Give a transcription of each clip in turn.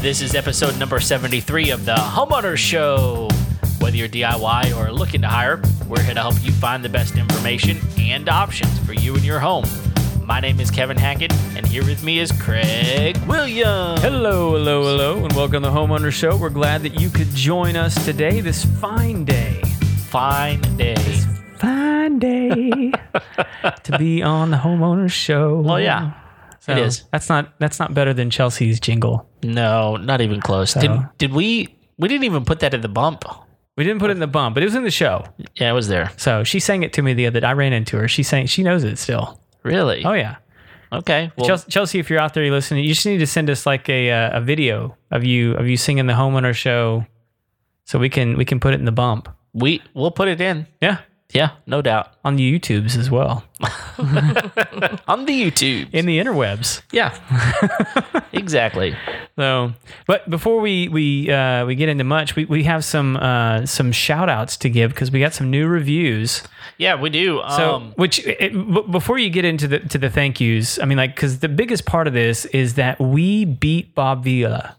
This is episode number 73 of the Homeowner Show. Whether you're DIY or looking to hire, we're here to help you find the best information and options for you and your home. My name is Kevin Hackett, and here with me is Craig Williams. Hello, hello, hello, and welcome to the Homeowner Show. We're glad that you could join us today, this fine day. Fine day. Fine day to be on the Homeowner Show. Well, yeah, So it is. That's not that's not better than Chelsea's jingle. No, not even close. Did, So- did we? We didn't even put that in the bump. We didn't put it in the bump, but it was in the show. Yeah, it was there. So she sang it to me the other. I ran into her. She sang. She knows it still. Really? Oh yeah. Okay. Well, Chelsea, Chelsea, if you're out there, you listening, you just need to send us like a uh, a video of you of you singing the homeowner show, so we can we can put it in the bump. we we'll put it in. Yeah, Yeah, no doubt. on the YouTubes as well, On the YouTube. in the interwebs. yeah. exactly. So, but before we we uh, we get into much, we, we have some uh, some shout outs to give because we got some new reviews. Yeah, we do. So, um, which it, b- before you get into the to the thank yous, I mean, like, because the biggest part of this is that we beat Bob Vila.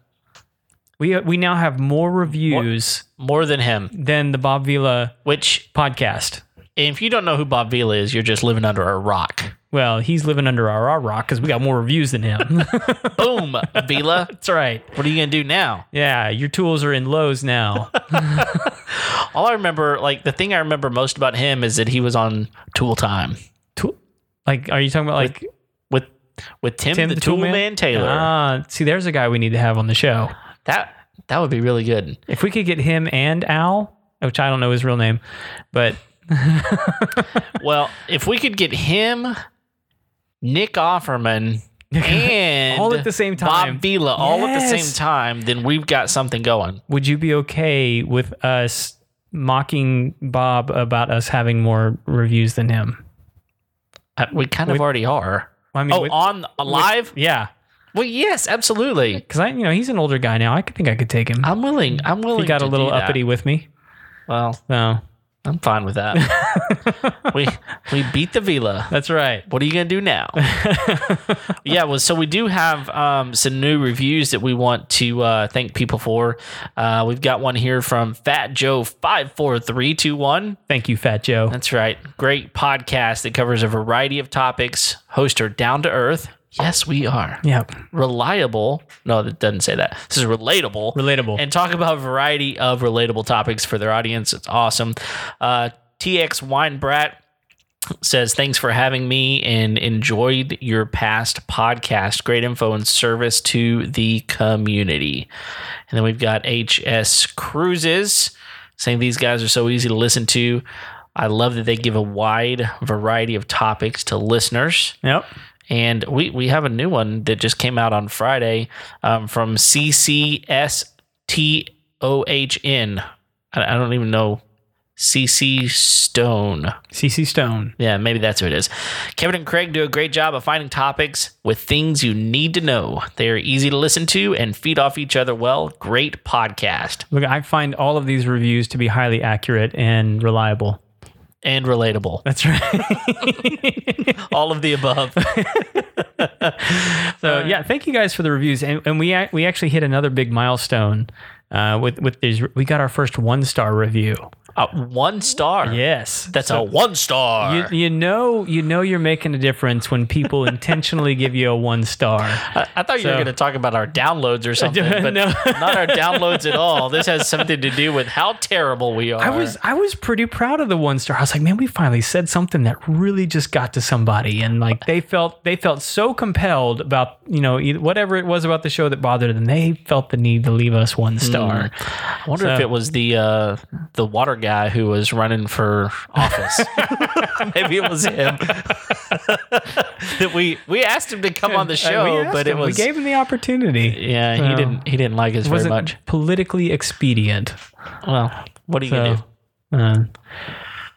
We uh, we now have more reviews more than him. than the Bob Vila Which, podcast. if you don't know who Bob Vila is, you're just living under a rock. Well, he's living under our, our rock because we got more reviews than him. Boom, Vila. That's right. What are you gonna do now? Yeah, your tools are in lows now. All I remember, like the thing I remember most about him is that he was on Tool Time Tool, like, are you talking about like with with Tim, the, Tool, Man, Taylor. Ah, see, there's a guy we need to have on the show. that that would be really good. If we could get him and Al, which I don't know his real name, but Well, if we could get him, Nick Offerman, and All at the same time. Bob Vila, all at the same Yes. time, then we've got something going. would you be okay with us mocking Bob about us having more reviews than him? Uh, We kind of already are. I mean, oh, with- on live? yeah, well, yes, absolutely. because I, you know, he's an older guy now. I could think I could take him. I'm willing. I'm willing. he got to a little do that. uppity with me. Well, No, I'm fine with that. we we beat the Vila. that's right. What are you gonna do now? yeah, well, so we do have um, some new reviews that we want to uh, thank people for. Uh, we've got one here from Fat Joe five four three two one. Thank you, Fat Joe. That's right, great podcast that covers a variety of topics. Hosts are down to earth. Yes, we are Yep, reliable. No, that doesn't say that. This is relatable. relatable. and talk about a variety of relatable topics for their audience. It's awesome. Uh, TX Wine Brat says, Thanks for having me and enjoyed your past podcast. Great info and service to the community. And then we've got HS Cruises saying, These guys are so easy to listen to. I love that they give a wide variety of topics to listeners. yep. And we, we have a new one that just came out on Friday um, from CCSTOHN. I, I don't even know. CC Stone. CC Stone. Yeah, maybe that's who it is. Kevin and Craig do a great job of finding topics with things you need to know. They are easy to listen to and feed off each other well. Great podcast Look, I find all of these reviews to be highly accurate and reliable. and relatable. That's right. All of the above. so yeah, thank you guys for the reviews, and, and we ac- we actually hit another big milestone uh, with with these. We got our first one star review. Uh, one star. Yes, That's a one star. You, you know you know you're making a difference when people intentionally give you a one star. I, I thought you were So- going to talk about our downloads or something, but No. not our downloads at all. This has something to do with how terrible we are. I was I was pretty proud of the one star. I was like, man, we finally said something that really just got to somebody, and like they felt they felt so compelled about you know e- whatever it was about the show that bothered them. They felt the need to leave us one star. I wonder if it was the uh, the water guy who was running for office. Maybe it was him. that we we asked him to come Hmm. on the And uh, we show, asked but it him, was we gave him the opportunity. yeah, he Well, didn't he didn't like us It very wasn't much. politically expedient. Well, what are you gonna do? So, uh,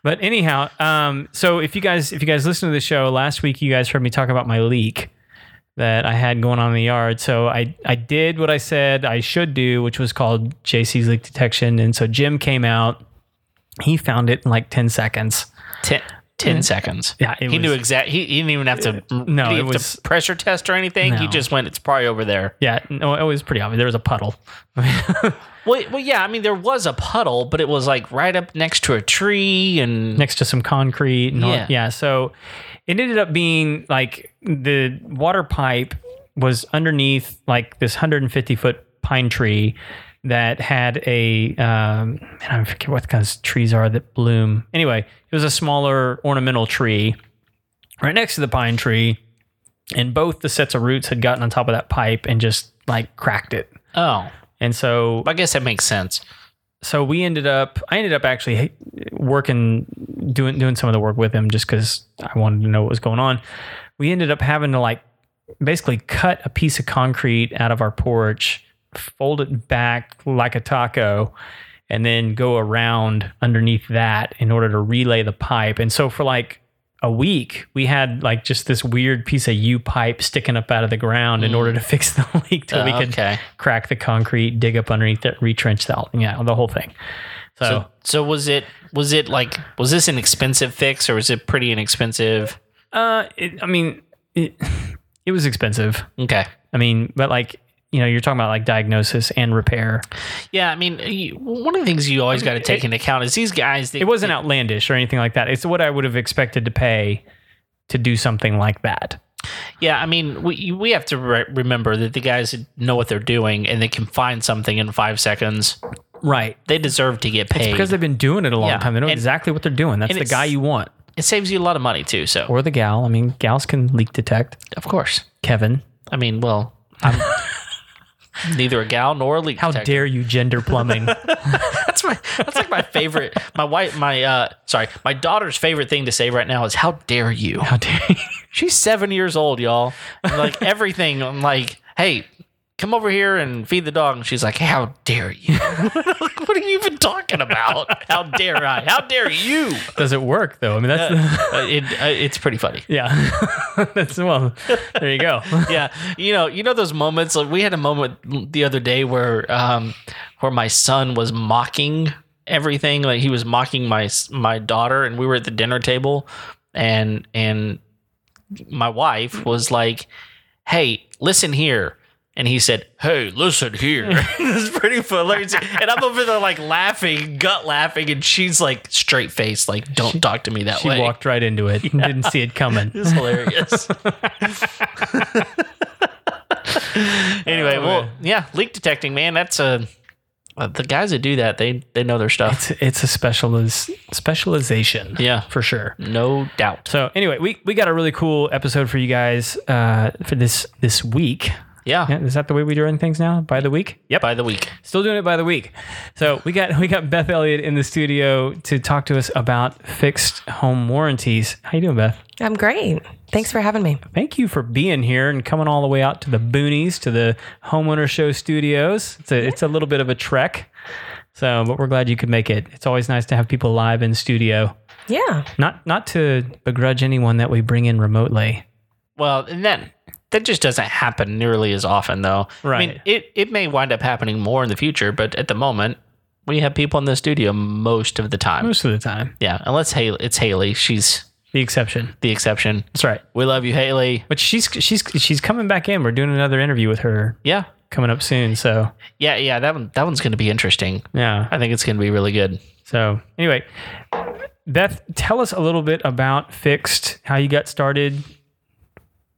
but anyhow, um, so if you guys if you guys listen to the show last week, you guys heard me talk about my leak that I had going on in the yard. So I I did what I said I should do, which was called JC's leak detection. And so Jim came out. He found it in like ten seconds. Ten, 10 seconds. Yeah, it he knew was- exact. He, he didn't even have to. no, he it have to was- pressure test or anything. He No. just went. It's probably over there. Yeah, no, it was pretty obvious. There was a puddle. Well, well, yeah. I mean, there was a puddle, but it was like right up next to a tree, and next to some concrete. And all- Yeah. yeah. So it ended up being like the water pipe was underneath like this 150 foot pine tree that had a um, and I forget what kinds of trees are that bloom. Anyway, it was a smaller ornamental tree right next to the pine tree, and both the sets of roots had gotten on top of that pipe and just like cracked it. oh, And so I guess that makes sense. so we ended up i ended up actually working doing doing some of the work with him just because i wanted to know what was going on we ended up having to like basically cut a piece of concrete out of our porch fold it back like a taco and then go around underneath that in order to relay the pipe and so for like a week we had like just this weird piece of u pipe sticking up out of the ground in Mm. order to fix the leak till we Uh, could okay. crack the concrete, dig up underneath it, retrench the yeah, the whole thing. So, So, so was it? Was it like? Was this an expensive fix, or was it pretty inexpensive? uh, it, I mean, it, it was expensive. Okay. I mean, but like you know, you're talking about like diagnosis and repair. Yeah, I mean, you, one of the things you always got to take into account is these guys. They, It wasn't outlandish or anything like that. It's what I would have expected to pay to do something like that. Yeah, I mean, we we have to re- remember that the guys know what they're doing and they can find something in five seconds. Right. They deserve to get paid. Because they've been doing it a long Yeah. time. They know And- exactly what they're doing. That's and the it's- guy you want. it saves you a lot of money too. So, Or the gal. I mean, gals can leak detect. of course, Kevin. I mean, well, I'm neither a gal nor a leak. How detector. dare you gender plumbing? that's my that's like my favorite. My wife, my uh, sorry, my daughter's favorite thing to say right now is "How dare you." How dare you? She's seven years old, y'all. And, like everything, I'm like, hey, come over here and feed the dog. And she's like, how dare you? like, what are you even talking about? How dare I? How dare you? Does it work though? I mean, that's the, Uh, it, uh, it's pretty funny. Yeah, that's well. There you go. Yeah, you know, you know those moments. Like we had a moment the other day where, um, where my son was mocking everything. Like he was mocking my my daughter, and we were at the dinner table, and and my wife was like, "Hey, listen here." And he said, "Hey, listen here." this is pretty hilarious. And I'm over there like laughing, gut laughing, and she's like straight face, like, "Don't talk to me that She way." walked right into it. and Didn't see it coming. It's hilarious. anyway, Oh, well, man. yeah, leak detecting, man. That's a uh, the guys that do that. They they know their stuff. It's it's a specializ specialization. Yeah. for sure. No doubt. So anyway, we we got a really cool episode for you guys uh, for this this week. Yeah. Yeah, Is that the way we're doing things now? By the week? Yep. By the week. Still doing it by the week. So we got we got Beth Elliott in the studio to talk to us about fixed home warranties. How you doing, Beth? I'm great. Thanks for having me. Thank you for being here and coming all the way out to the boonies to the homeowner show studios. It's a, it's a little bit of a trek. So, but we're glad you could make it. It's always nice to have people live in studio. Yeah. Not not to begrudge anyone that we bring in remotely. Well, and that that just doesn't happen nearly as often, though. I mean, Right. it it may wind up happening more in the future, but at the moment, we have people in the studio most of the time. Most of the time. Yeah, unless Haley, it's Haley. She's The exception. the exception. That's right. We love you, Haley. But she's she's she's coming back in. We're doing another interview with her Yeah, coming up soon. So yeah, yeah. That one that one's going to be interesting. yeah. I think it's going to be really good. So anyway, Beth, tell us a little bit about Fixed, how you got started,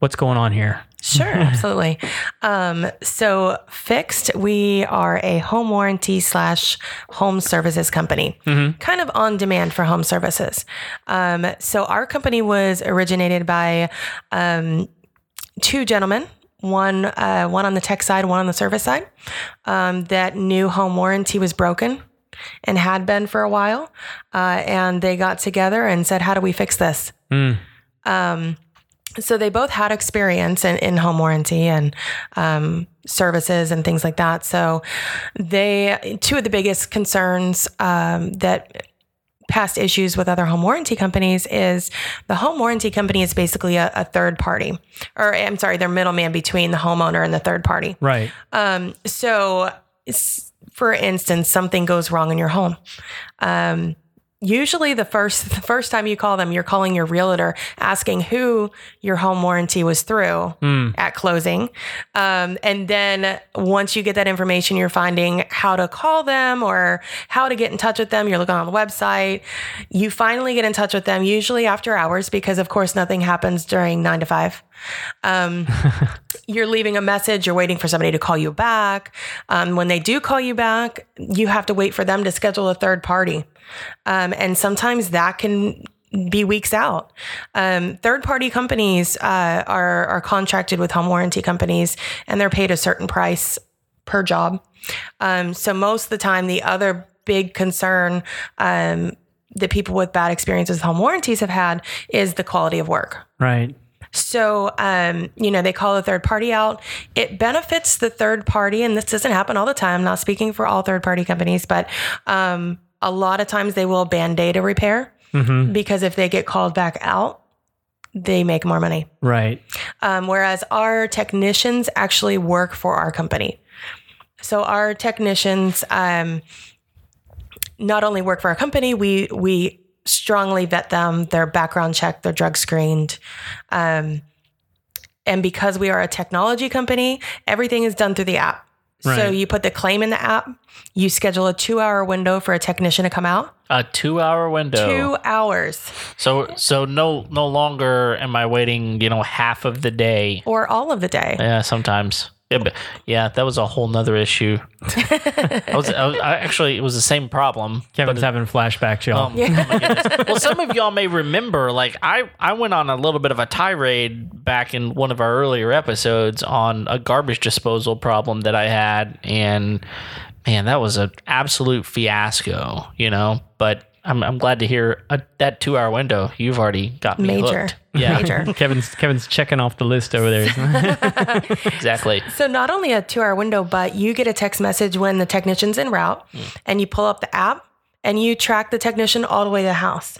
what's going on here. Sure, absolutely. Um, so, Fixed, we are a home warranty slash home services company, kind of on demand for home services. Um, so, our company was originated by um, two gentlemen. One, uh, one on the tech side, one on the service side, um, that knew home warranty was broken and had been for a while. Uh, and they got together and said, How do we fix this? so they both had experience in, in home warranty and um, services and things like that. So they two of the biggest concerns um, that past issues with other home warranty companies is the home warranty company is basically a, a third party, or I'm sorry, their middleman between the homeowner and the third party. Right. Um, so, s- for instance, something goes wrong in your home. Um, usually the first the first time you call them you're calling your realtor asking who your home warranty was through at closing um, and then once you get that information you're finding how to call them or how to get in touch with them you're looking on the website you finally get in touch with them usually after hours because of course nothing happens during nine to five um, you're leaving a message, you're waiting for somebody to call you back. Um, when they do call you back, you have to wait for them to schedule a third party. Um, and sometimes that can be weeks out. Um, third party companies uh, are, are contracted with home warranty companies and they're paid a certain price per job. Um, so most of the time, the other big concern um, that people with bad experiences with home warranties have had is the quality of work. Right. So, um, you know, they call a third party out. It benefits the third party, and this doesn't happen all the time. Not speaking for all third party companies, but um, a lot of times they will band aid a repair Mm-hmm. because if they get called back out, they make more money. Right. Um, whereas our technicians actually work for our company. So our technicians um, not only work for our company, we we strongly vet them. They're background checked, they're drug screened. Um, and because we are a technology company, everything is done through the app. So Right. you put the claim in the app, you schedule a two hour window for a technician to come out. A two hour window. Two hours So so no no longer am I waiting, you know, half of the day. or all of the day. Yeah, sometimes. Yeah, but yeah, that was a whole nother issue. I was, I was I actually it was the same problem. Kevin's having flashbacks, y'all. Um, oh my goodness. well, some of y'all may remember, like I, I went on a little bit of a tirade back in one of our earlier episodes on a garbage disposal problem that I had, and man, that was an absolute fiasco, you know. But I'm, I'm glad to hear uh that two hour window. You've already got me Major. hooked. Yeah, Major. Kevin's Kevin's checking off the list over there. isn't he? exactly. So not only a two hour window, but you get a text message when the technician's en route and you pull up the app and you track the technician all the way to the house.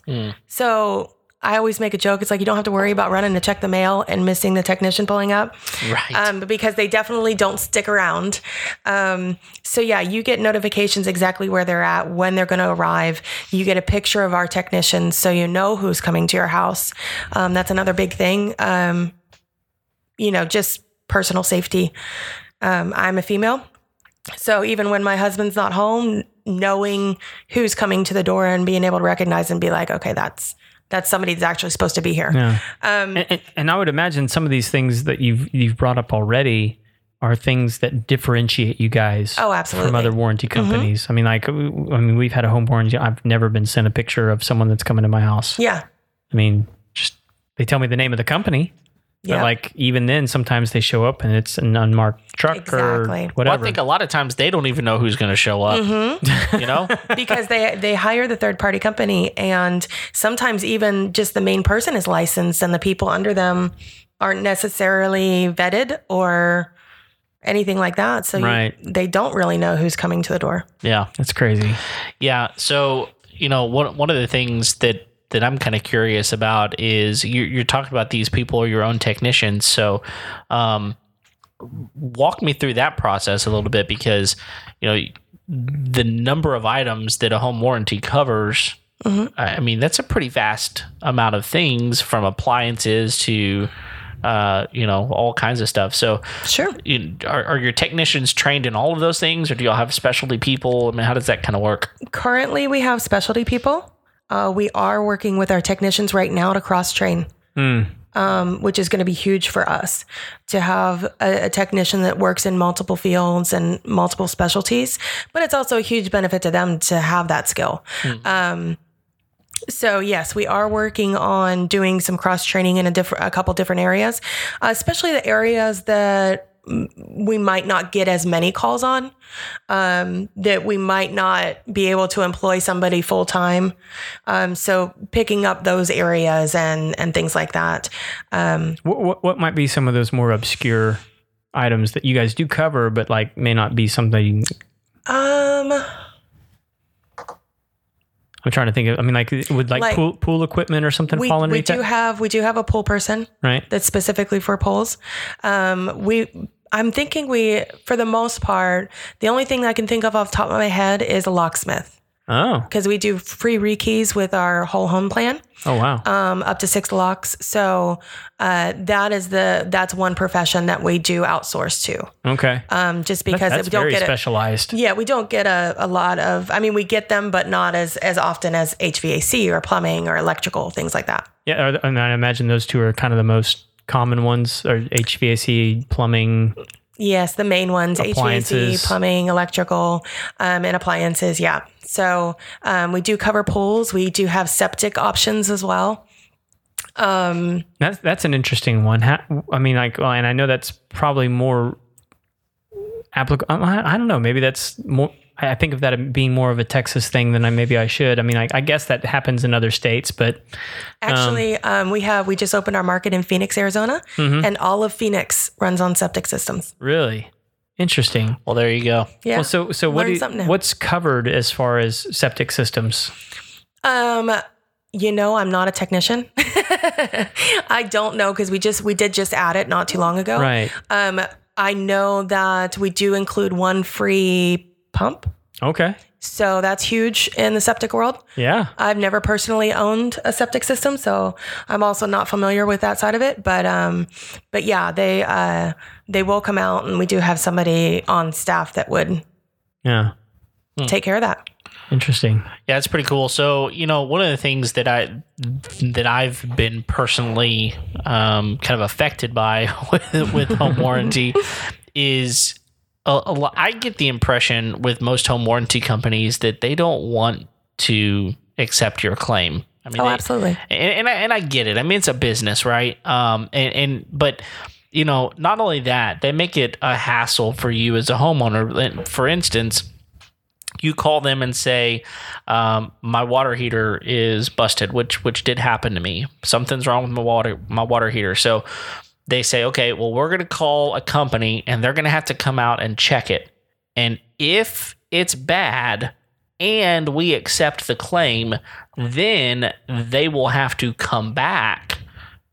So I always make a joke. It's like you don't have to worry about running to check the mail and missing the technician pulling up Right. um, because they definitely don't stick around. Um, so yeah, you get notifications exactly where they're at, when they're going to arrive. You get a picture of our technicians, so you know who's coming to your house. Um, that's another big thing. Um, you know, just personal safety. Um, I'm a female, so even when my husband's not home, knowing who's coming to the door and being able to recognize and be like, okay, that's that's somebody that's actually supposed to be here. Yeah. Um, And, and- and I would imagine some of these things that you've you've brought up already are things that differentiate you guys oh, absolutely. Mm-hmm. from other warranty companies. I mean, like, w- I mean, we've had a home warranty. I've never been sent a picture of someone that's coming to my house. yeah. I mean, just they tell me the name of the company. But Yeah. like even then, sometimes they show up and it's an unmarked truck Exactly. or Well, Well, I whatever. think a lot of times they don't even know who's going to show up. Mm-hmm. Mm. You know, because they they hire the third party company and sometimes even just the main person is licensed and the people under them aren't necessarily vetted or anything like that so you- Right. they don't really know who's coming to the door yeah. that's crazy. Yeah. So you know, one one of the things that that I'm kind of curious about is you, you're talking about these people are your own technicians. So, um, walk me through that process a little bit because you know the number of items that a home warranty covers. I I mean, that's a pretty vast amount of things from appliances to, uh, you know, all kinds of stuff. So, sure you, are, are your technicians trained in all of those things, or do y'all have specialty people? I mean, how does that kind of work? currently we have specialty people uh, we are working with our technicians right now to cross train um, which is going to be huge for us to have a, a technician that works in multiple fields and multiple specialties. But it's also a huge benefit to them to have that skill. Um, so yes, we are working on doing some cross training in a different, a couple different areas, uh, especially the areas that mm, we might not get as many calls on, um, that we might not be able to employ somebody full time. Um, so picking up those areas and and things like that. Um, What, what what might be some of those more obscure items that you guys do cover, but like may not be something. um, I'm trying to think of. I mean, like would like, Like- pool pool equipment or something we, fall we underneath do that? have we do have a pool person right. that's specifically for polls. Um, we I'm thinking we for the most part the only thing that I can think of off the top of my head is a locksmith. Oh. because we do free rekeys with our whole home plan, Oh wow. um, up to six locks. So uh, that is the that's one profession that we do outsource to, Okay. um, just because That's we don't very get it. specialized. Yeah, we don't get a, a lot of. I mean, we get them, but not as as often as HVAC or plumbing or electrical things like that. Yeah, are th- and I imagine those two are kind of the most common ones, or HVAC, plumbing. Yes, the main ones: HVAC, Appliances. plumbing, electrical, um, and appliances. Yeah. So um, we do cover pools. We do have septic options as well. Um, That's that's an interesting one. How, I mean, like, well, and I know that's probably more applicable. I, I don't know. Maybe that's more. I I think of that being more of a Texas thing than I maybe I should. I mean, I, I guess that happens in other states, but Actually, um, we have we just opened our market in Phoenix, Arizona, Mm-hmm. and all of Phoenix runs on septic systems. really interesting. Well, there you go. Yeah. Well, so so what Learn do you- something new. what's covered as far as septic systems? um, you know, I'm not a technician. I don't know because we just we did just add it not too long ago. Right. Um, I know that we do include one free pump, Okay. so that's huge in the septic world. Yeah. I've never personally owned a septic system, so I'm also not familiar with that side of it. But um, but yeah, they uh, they will come out, and we do have somebody on staff that would Yeah. take care of that. Interesting. Yeah, it's pretty cool. So, you know, one of the things that I that I've been personally um, kind of affected by with, with home warranty is a, a lo- I get the impression with most home warranty companies that they don't want to accept your claim. I mean, Oh, they- absolutely. and, and I and I get it. I mean, it's a business, right? Um, and and but you know, not only that, they make it a hassle for you as a homeowner. For instance, you call them and say, um, "My water heater is busted," which which did happen to me. Something's wrong with my water my water heater. So they say, "Okay, well, we're going to call a company, and they're going to have to come out and check it. And if it's bad." And we accept the claim, then they will have to come back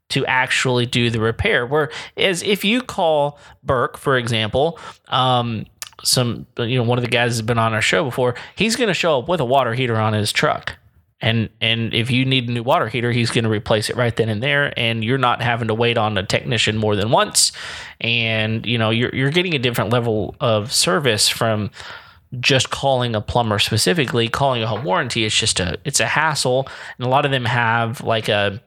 to actually do the repair. Whereas if you call Burke, for example, um, some you know one of the guys has been on our show before, he's going to show up with a water heater on his truck. And and if you need a new water heater, he's going to replace it right then and there, and you're not having to wait on a technician more than once, and you know you're you're getting a different level of service from just calling a plumber specifically, calling a home warranty, it's just a it's a hassle. And a lot of them have like a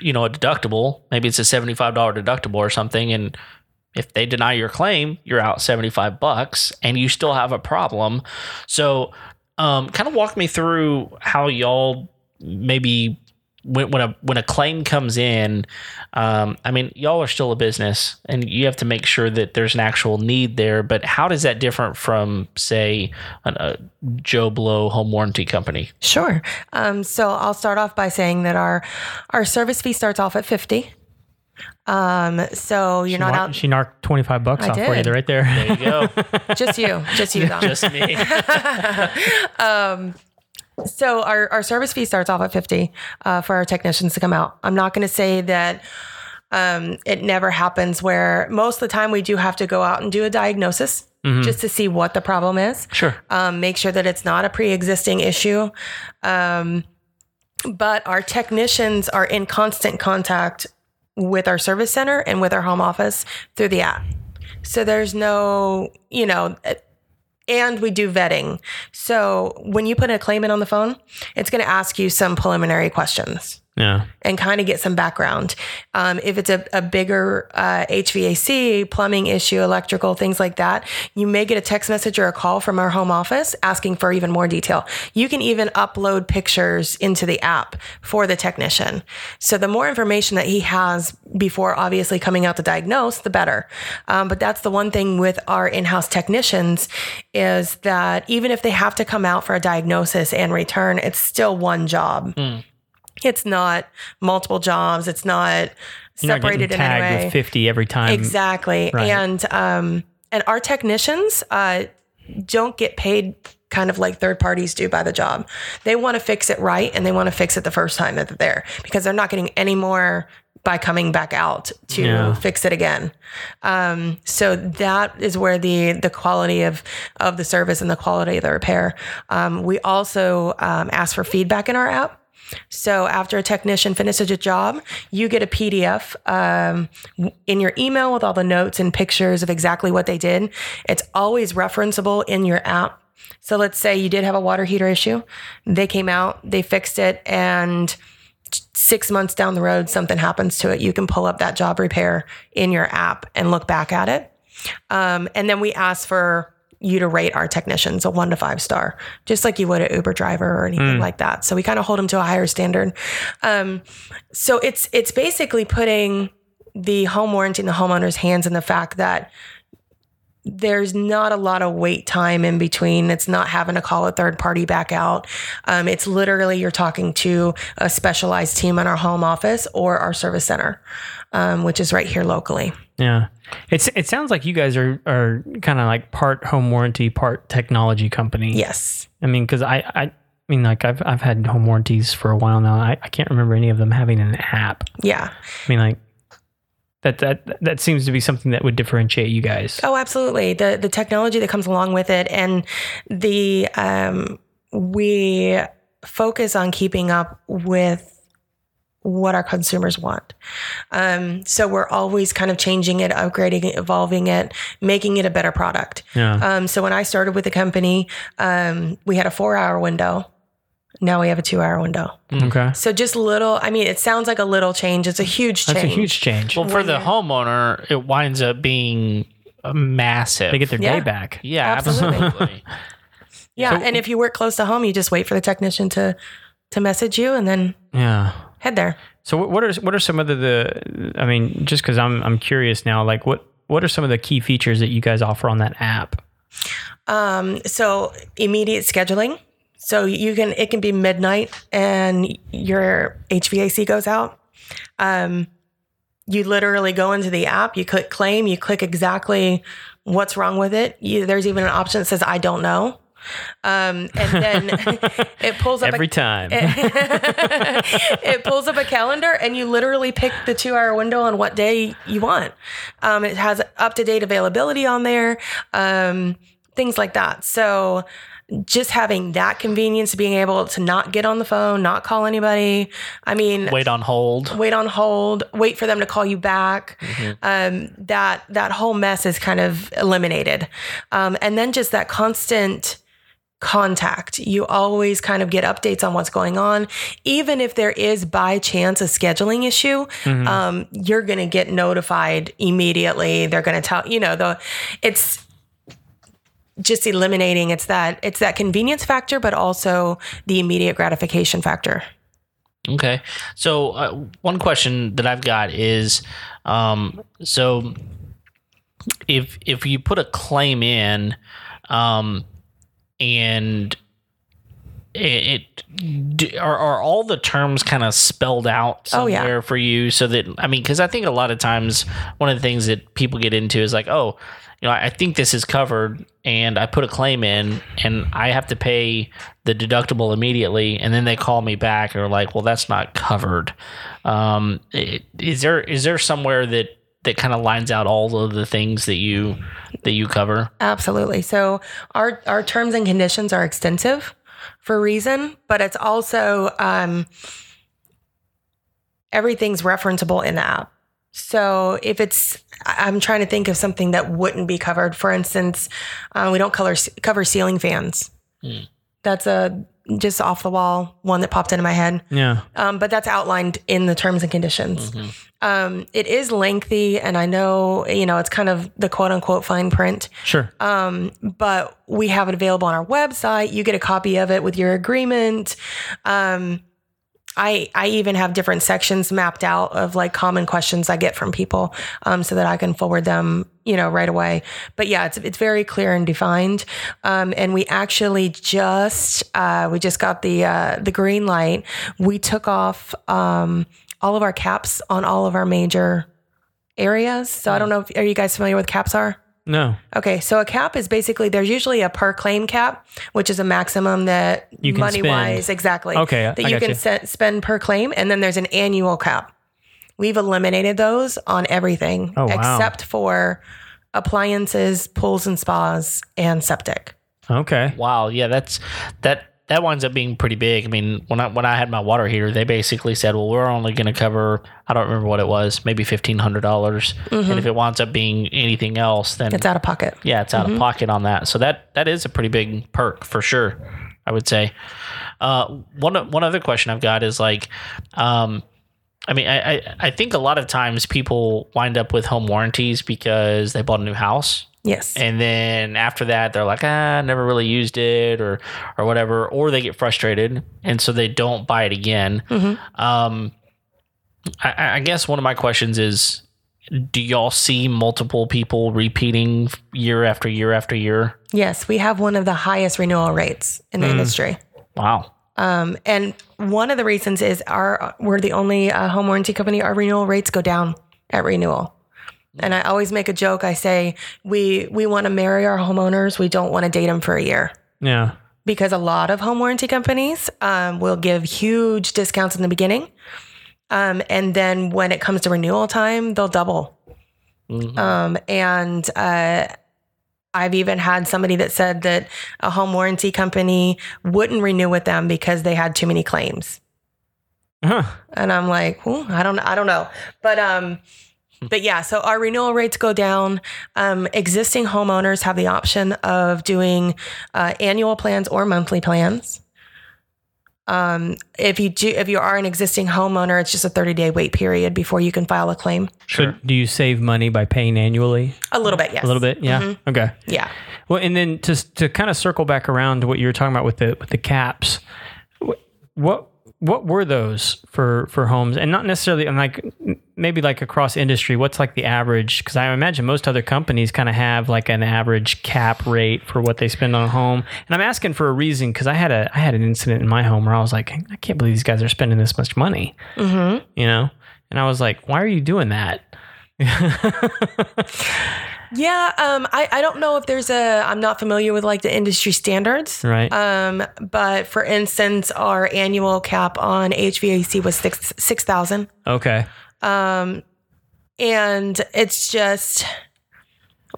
you know, a deductible. Maybe it's a $75 deductible or something. And if they deny your claim, you're out 75 bucks and you still have a problem. So um kind of walk me through how y'all maybe when, when a when a claim comes in, um, I mean, y'all are still a business, and you have to make sure that there's an actual need there. But how does that different from, say, an, a Joe Blow home warranty company? Sure. Um, so I'll start off by saying that our our service fee starts off at fifty. Um, so you're not Nar- out She narked twenty five bucks I off for you did. right there. There you go, just you, just you, Don. just me. So our, our service fee starts off at 50 uh, for our technicians to come out. I'm not going to say that um, it never happens where most of the time we do have to go out and do a diagnosis just to see what the problem is. Sure. Um, make sure that it's not a pre-existing issue. Um, but our technicians are in constant contact with our service center and with our home office through the app. So there's no, you know, and we do vetting. So when you put a claimant on the phone, it's going to ask you some preliminary questions Yeah. and kind of get some background. Um, if it's a, a bigger uh, HVAC, plumbing issue, electrical, things like that, you may get a text message or a call from our home office asking for even more detail. You can even upload pictures into the app for the technician. So the more information that he has before obviously coming out to diagnose, the better. Um, but that's the one thing with our in-house technicians is that even if they have to come out for a diagnosis and return, it's still one job it's not multiple jobs it's not You're not separated getting in any tagged way with fifty every time. exactly Right. and um and our technicians uh don't get paid kind of like third parties do by the job they want to fix it right and they want to fix it the first time that they're there because they're not getting any more by coming back out to Yeah. fix it again. Um, so that is where the the quality of of the service and the quality of the repair. Um, we also um, ask for feedback in our app. So after a technician finishes a job, you get a PDF um, in your email with all the notes and pictures of exactly what they did. It's always referenceable in your app. So let's say you did have a water heater issue. They came out, they fixed it, and six months down the road, something happens to it. You can pull up that job repair in your app and look back at it. Um, and then we ask for you to rate our technicians a one to five star, just like you would an Uber driver or anything like that. So we kind of hold them to a higher standard. Um, so it's it's basically putting the home warranty in the homeowner's hands and the fact that there's not a lot of wait time in between. It's not having to call a third party back out. Um, it's literally you're talking to a specialized team in our home office or our service center, um, which is right here locally. Yeah. It's it sounds like you guys are are kind of like part home warranty, part technology company. Yes. I mean, because I, I I mean like I've I've had home warranties for a while now. I, I can't remember any of them having an app. Yeah. I mean like that that that seems to be something that would differentiate you guys. Oh, absolutely. The the technology that comes along with it, and the um, we focus on keeping up with what our consumers want. Um, so we're always kind of changing it, upgrading it, evolving it, making it a better product. Yeah. Um, so when I started with the company, um, we had a four hour window. Now we have a two hour window. okay. So just little. I mean, it sounds like a little change. It's a huge change. That's a huge change. Well, for the homeowner, it winds up being uh, massive. they get their Yeah. day back. yeah, Absolutely. absolutely. Yeah, and if you work close to home, you just wait for the technician to to message you and then Yeah. head there. So what- what are what are some of the, the I mean, just because I'm I'm curious now, like what what are some of the key features that you guys offer on that app? Um, so immediate scheduling. So you can it can be midnight and your HVAC goes out. Um, you literally go into the app, you click claim, you click exactly what's wrong with it. You, there's even an option that says I don't know. Um, and then it pulls up a Every time. eh, it pulls up a calendar and you literally pick the two hour window on what day you want. Um, it has up to date availability on there, um, things like that. So just having that convenience, being able to not get on the phone, not call anybody. I mean, Wait on hold. wait on hold, wait for them to call you back. Um, that that whole mess is kind of eliminated, um, and then just that constant contact. You always kind of get updates on what's going on, even if there is by chance a scheduling issue. Um, you're going to get notified immediately. They're going to tell you know the it's just eliminating it's that it's that convenience factor but also the immediate gratification factor Okay. So uh, one question that I've got is, um, so if if you put a claim in, um, and it, it do, are are all the terms kind of spelled out Oh, yeah. somewhere for you, so that I mean, because I think a lot of times one of the things that people get into is like, oh, you know, I think this is covered, and I put a claim in, and I have to pay the deductible immediately, and then they call me back and are like, well, that's not covered. Um, i- is there is there somewhere that that kind of lines out all of the things that you that you cover? Absolutely. So our our terms and conditions are extensive for a reason, but it's also um, everything's referenceable in the app. So if it's, I- I'm trying to think of something that wouldn't be covered. For instance, uh, we don't color, cover ceiling fans. Hmm. That's a just off the wall one that popped into my head, yeah. um, but that's outlined in the terms and conditions. Hmm. Um, it is lengthy, and I know you know it's kind of the quote unquote fine print. Sure. Um, but we have it available on our website. You get a copy of it with your agreement. Um, I I even have different sections mapped out of like common questions I get from people, um, so that I can forward them, you know, right away. But yeah, it's it's very clear and defined. Um, and we actually just uh, we just got the uh, the green light. We took off um, all of our caps on all of our major areas. So I don't know if are you guys familiar with caps are. No. Okay, so a cap is basically there's usually a per claim cap, which is a maximum that You can money wise, exactly. Okay, I- that I you got can you. se- spend per claim, and then there's an annual cap, We've eliminated those on everything Oh, wow. except for appliances, pools and spas, and septic. Okay. Wow, yeah, that's that that winds up being pretty big. I mean, when I when I had my water heater, they basically said, "Well, we're only going to cover I don't remember what it was, maybe fifteen hundred dollars, and if it winds up being anything else, then Mm-hmm. It's out Mm-hmm. of pocket. yeah, it's out of pocket on that. So that that is a pretty big perk for sure. I would say. Uh, one one other question I've got is like, um, I mean, I, I I think a lot of times people wind up with home warranties because they bought a new house Yes. and then after that they're like ah I never really used it or or whatever or they get frustrated and so they don't buy it again Mm-hmm. um I- I, I guess one of my questions is do y'all see multiple people repeating year after year after year yes, we have one of the highest renewal rates in the Mm. industry. wow Um, and one of the reasons is our we're the only uh, home warranty company. Our renewal rates go down at renewal. And I always make a joke. I say we we want to marry our homeowners. We don't want to date them for a year Yeah. because a lot of home warranty companies um, will give huge discounts in the beginning, um, and then when it comes to renewal time, they'll double. Mhm. Um, and uh, I've even had somebody that said that a home warranty company wouldn't renew with them because they had too many claims. Huh. And I'm like, "Ooh, I don't, I don't know, but um, Hmm. but yeah. So our renewal rates go down. Um, existing homeowners have the option of doing uh, annual plans or monthly plans. Um, if you do, if you are an existing homeowner, it's just a 30 day wait period before you can file a claim. So do you save money by paying annually? A little bit, yes. Mm-hmm. A little bit. Yeah. Okay. Yeah. Well, and then to to kind of circle back around to what you were talking about with the with the caps, wh- what what were those for for homes, and not necessarily and like m- maybe like across industry. What's like the average? Because I imagine most other companies kind of have like an average cap rate for what they spend on a home. And I'm asking for a reason because I had a I had an incident in my home where I was like, I can't believe these guys are spending this much money. Mm-hmm. You know, and I was like, why are you doing that? Yeah, um, I, I don't know if there's a, I'm not familiar with like the industry standards. Right. Um, but for instance, our annual cap on HVAC was six six thousand, okay. Um, and it's just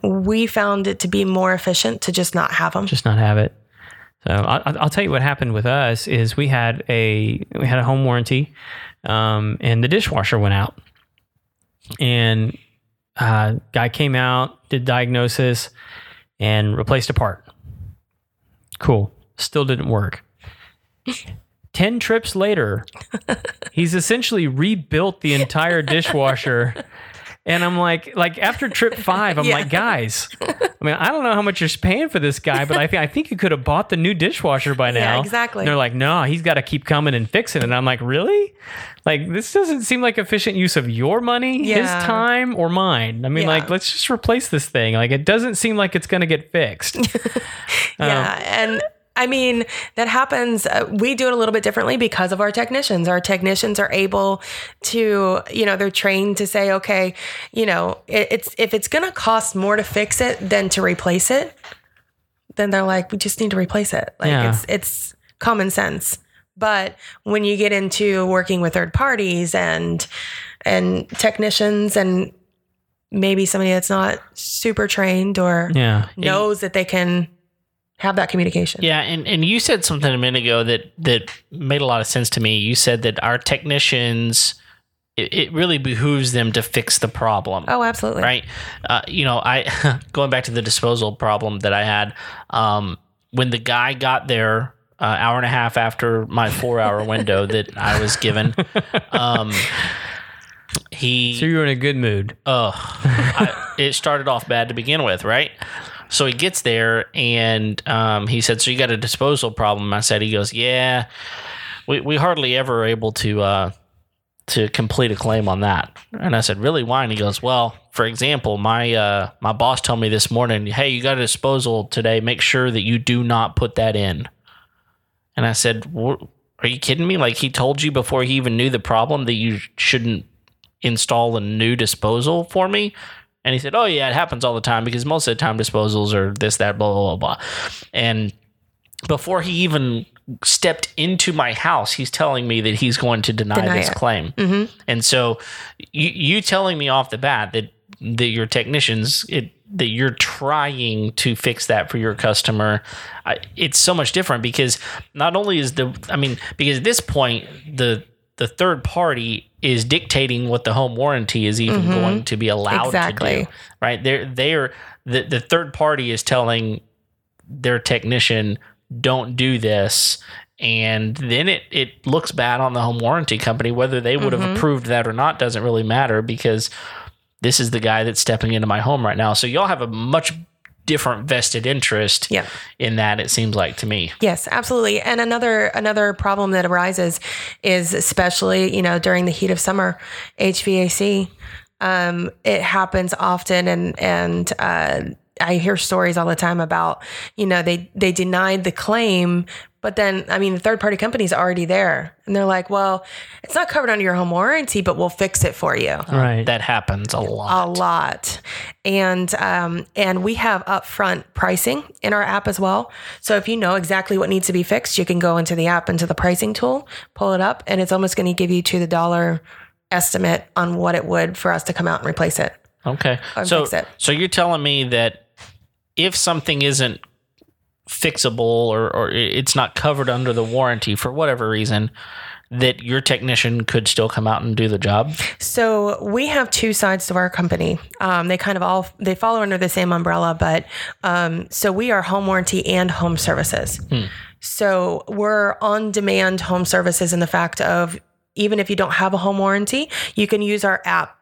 we found it to be more efficient to just not have them. just not have it. So I, I- I'll tell you what happened with us is we had a we had a home warranty, um, and the dishwasher went out, and uh, guy came out, did diagnosis, and replaced a part. Cool, still didn't work. Ten trips later, he's essentially rebuilt the entire dishwasher. And I'm like, like after trip five, I'm Yeah. like, guys, I mean, I don't know how much you're paying for this guy, but I think I think you could have bought the new dishwasher by now. exactly. And they're like, no, he's got to keep coming and fixing it. And I'm like, really? Like this doesn't seem like efficient use of your money, his Yeah. time, or mine. I mean, Yeah. like let's just replace this thing. Like it doesn't seem like it's gonna get fixed. Yeah, and I mean that happens. Uh, we do it a little bit differently because of our technicians. Our technicians are able to, you know, they're trained to say, okay, you know, it, it's if it's going to cost more to fix it than to replace it, then they're like, we just need to replace it. Like Yeah. it's it's common sense. But when you get into working with third parties and and technicians and maybe somebody that's not super trained or yeah. knows that they can have that communication. yeah and and you said something a minute ago that that made a lot of sense to me you said that our technicians it, it really behooves them to fix the problem Oh, absolutely. right uh, you know i going back to the disposal problem that i had um, when the guy got there uh, hour and a half after my four hour window that i was given um, he So you were in a good mood. uh, I, it started off bad to begin with, right? So he gets there and um, he said, "So you got a disposal problem?" I said, "He goes, yeah, we we hardly ever are able to uh, to complete a claim on that." And I said, "Really? Why?" And he goes, "Well, for example, my uh, my boss told me this morning, hey, you got a disposal today. Make sure that you do not put that in." And I said, "Wha- "Are you kidding me? Like he told you before he even knew the problem that you shouldn't install a new disposal for me?" And he said, "Oh yeah, it happens all the time because most of the time disposals are this, that, blah, blah, blah, blah." And before he even stepped into my house, he's telling me that he's going to deny, Deny this it. Mm-hmm. claim. And so, you, you telling me off the bat that that your technicians it that you're trying to fix that for your customer, I, it's so much different because not only is the I mean because at this point the the third party is dictating what the home warranty is Mm-hmm. even going to be allowed to Exactly. do. Right? They're they're the, the third party is telling their technician don't do this and then it, it looks bad on the home warranty company whether they would Mm-hmm. have approved that or not doesn't really matter because this is the guy that's stepping into my home right now so y'all have a much different vested interest Yeah. in that it seems like to me Yes, absolutely. And another another problem that arises is especially you know during the heat of summer, HVAC. Um, it happens often, and and uh, I hear stories all the time about you know they they denied the claim. But then, I mean, the third party company's already there. And they're like, well, it's not covered under your home warranty, but we'll fix it for you Right. that happens a lot a lot and um, and we have upfront pricing in our app as well so if you know exactly what needs to be fixed you can go into the app into the pricing tool pull it up and it's almost going to give you to the dollar estimate on what it would for us to come out and replace it okay Or so fix it. so you're telling me that if something isn't fixable or, or it's not covered under the warranty for whatever reason that your technician could still come out and do the job So we have two sides to our company. Um, they kind of all they follow under the same umbrella, but um, so we are home warranty and home services. So we're on demand home services in the fact of even if you don't have a home warranty, you can use our app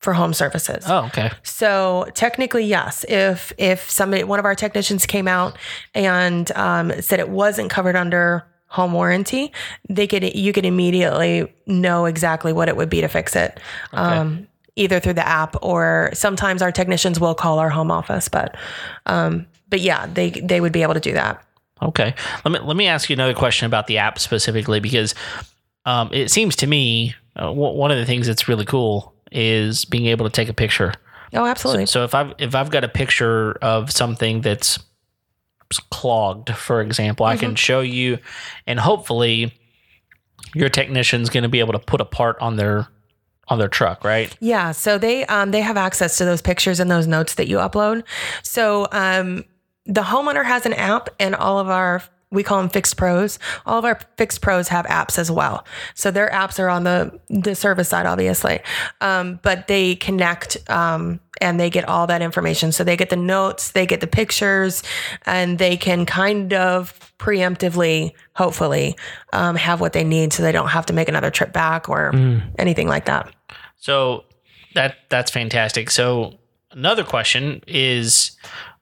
for home services. oh okay So technically, yes. If if somebody, one of our technicians came out and um, said it wasn't covered under home warranty, they could you could immediately know exactly what it would be to fix it. Um, either through the app or sometimes our technicians will call our home office, but um, but yeah, they they would be able to do that. Okay. Let me let me ask you another question about the app specifically because um, it seems to me uh, w- one of the things that's really cool is being able to take a picture. Oh, absolutely. So if I've if I've got a picture of something that's clogged, for example, I Mm-hmm. can show you, and hopefully your technician's going to be able to put a part on their on their truck, right? Yeah, so they um, they have access to those pictures and those notes that you upload. So um, the homeowner has an app, and all of our we call them fixed pros. All of our fixed pros have apps as well. So their apps are on the the service side, obviously, um, but they connect um, and they get all that information. So they get the notes, they get the pictures, and they can kind of preemptively, hopefully, um, have what they need, so they don't have to make another trip back or Mm. anything like that. So that that's fantastic. So another question is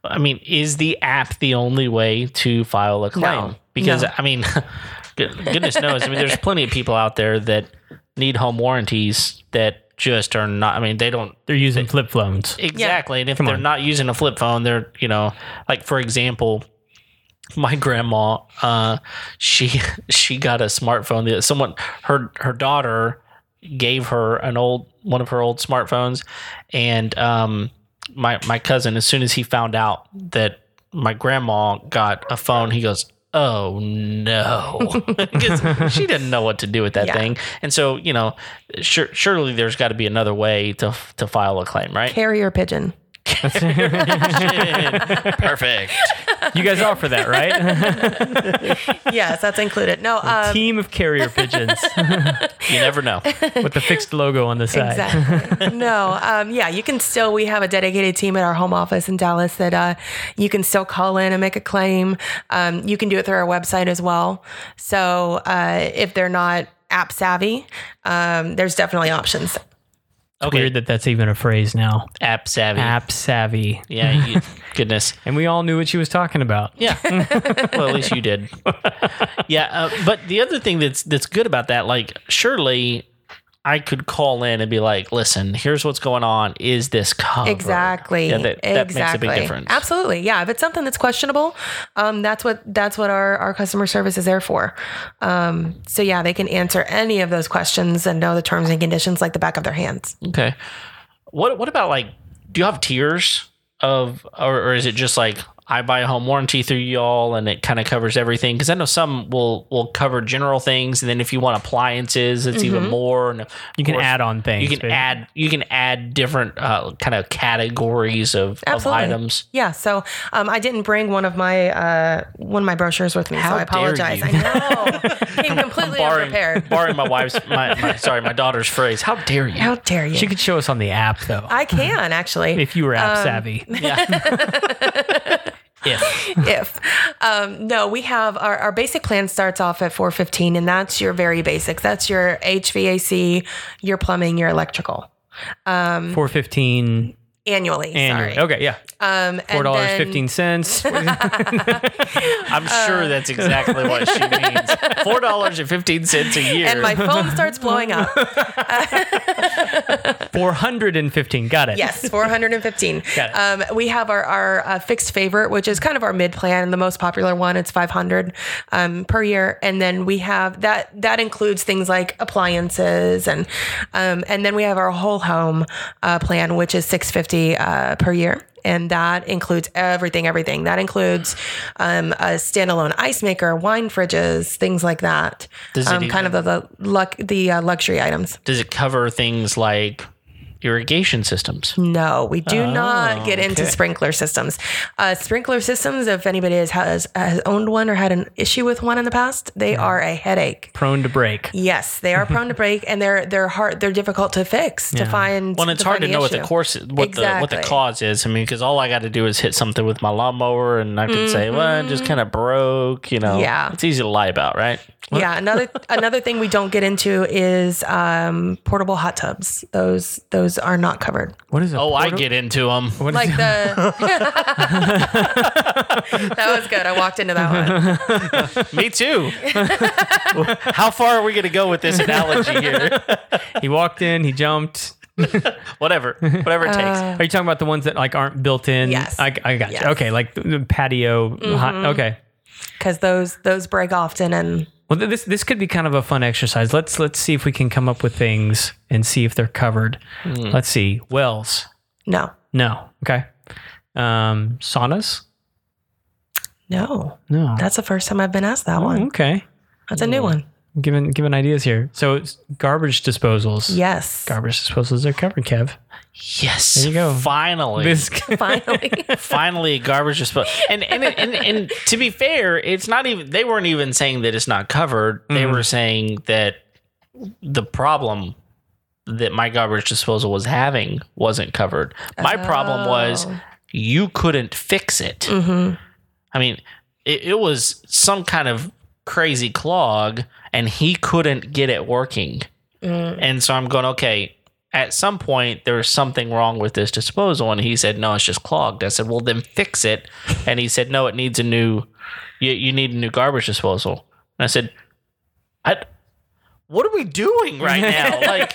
I mean, is the app the only way to file a claim? No. because No. I mean good- goodness knows. I mean there's plenty of people out there that need home warranties that just are not I mean they don't They're using flip phones. Exactly. And if they're not using a flip phone, they're, you know, like for example, my grandma, uh, she she got a smartphone that someone her her daughter gave her an old one of her old smartphones and um my my cousin as soon as he found out that my grandma got a phone, he goes, "Oh no," because she didn't know what to do with that Yeah. thing. And so, you know, sure, surely there's got to be another way to to file a claim, right? Carrier pigeon. Perfect. You guys offer that, Um, right? yes, that's included. No, um, Team of carrier pigeons You never know. with the fixed logo on the side. exactly. no, um, yeah, you can still. We have a dedicated team at our home office in Dallas that uh, you can still call in and make a claim. Um, you can do it through our website as well. So uh, if they're not app savvy, um, there's definitely options. Okay. Weird that that's even a phrase now. App savvy. App savvy. Yeah. You, goodness. And we all knew what she was talking about. Yeah. well, at least you did. Yeah. Uh, but the other thing that's that's good about that, like, surely I could call in and be like, "Listen, here's what's going on. Is this covered?" Exactly. Yeah, that, that exactly. makes a big difference. Absolutely. Yeah. If it's something that's questionable, um, that's what that's what our, our customer service is there for. Um, so yeah, they can answer any of those questions and know the terms and conditions like the back of their hands. Okay. What What about like? Do you have tiers of, or, or is it just like I buy a home warranty through y'all, and it kind of covers everything. Because I know some will will cover general things, and then if you want appliances, it's even more. And of Mm-hmm. You can course, add on things. you can but- add you can add different uh, kind of categories of, of Absolutely. items. Yeah, so um, I didn't bring one of my uh, one of my brochures with me, How so dare I apologize. you. I know, came completely Barring, unprepared. barring my wife's, my, my sorry, my daughter's phrase. How dare you? How dare you? She could show us on the app though, I can actually. if you were um, app savvy. if if um, no we have our, our basic plan starts off at 415 and that's your very basics that's your hvac your plumbing your electrical Four fifteen annually, annually. um, sorry Okay, yeah, um, and four dollars then- fifteen cents. I'm Uh. sure that's exactly what she means. Four dollars and fifteen cents a year. and my phone starts blowing up Four hundred and fifteen. Got it. yes 415 Got it. um, we have our, our uh, fixed favorite which is kind of our mid plan and the most popular one it's 500 um, per year and then we have that that includes things like appliances and um, and then we have our whole home uh, plan which is 650 uh, per year and that includes everything everything that includes um, a standalone ice maker wine fridges things like that Does it um, kind of the, the, luck, the uh, luxury items Does it cover things like irrigation systems? No, we do Oh, not get into okay. sprinkler systems. Uh, sprinkler systems, if anybody has, has has owned one or had an issue with one in the past, they are a headache. Prone to break. Yes, they are prone to break, and they're they're hard. They're difficult to fix to find. Well, and it's hard find to the know what the issue. course, what the what the Exactly. cause is. I mean, because all I got to do is hit something with my lawnmower, and I can say, "Well, it just kind of broke." You know, Mm-hmm. Yeah. it's easy to lie about, right? Yeah, another another thing we don't get into is um, portable hot tubs. Those those are not covered. What is it? Oh, I get into them. Like the that was good. I walked into that one. Me too. How far are we going to go with this analogy here? He walked in. He jumped. whatever, whatever it takes. Uh, Are you talking about the ones that like aren't built in? Yes. I, I got Yes. Mm-hmm. you. Okay, like the- the patio. Hot, okay. because those those break often and Well, th- this this could be kind of a fun exercise. Let's let's see if we can come up with things and see if they're covered. Hmm. Let's see. Wells. no No. Okay. Um, saunas. no. No. That's the first time I've been asked that one. okay. That's a new one. I'm giving giving ideas here. So it's garbage disposals. Yes. Garbage disposals are covered, Kev. Yes. There you go. Finally. This Finally. Finally, garbage disposal. And and, and and to be fair, it's not even. They weren't even saying that it's not covered. They were saying that the problem that my garbage disposal was having wasn't covered. My problem was Oh. you couldn't fix it. Mm-hmm. Mhm. I mean, it, it was some kind of crazy clog, and he couldn't get it working. Mm. And so I'm going, okay, at some point there was something wrong with this disposal. And he said, no, it's just clogged. I said, well, then fix it. And he said, no, it needs a new, you, you need a new garbage disposal. And I said, I, what are we doing right now? Like,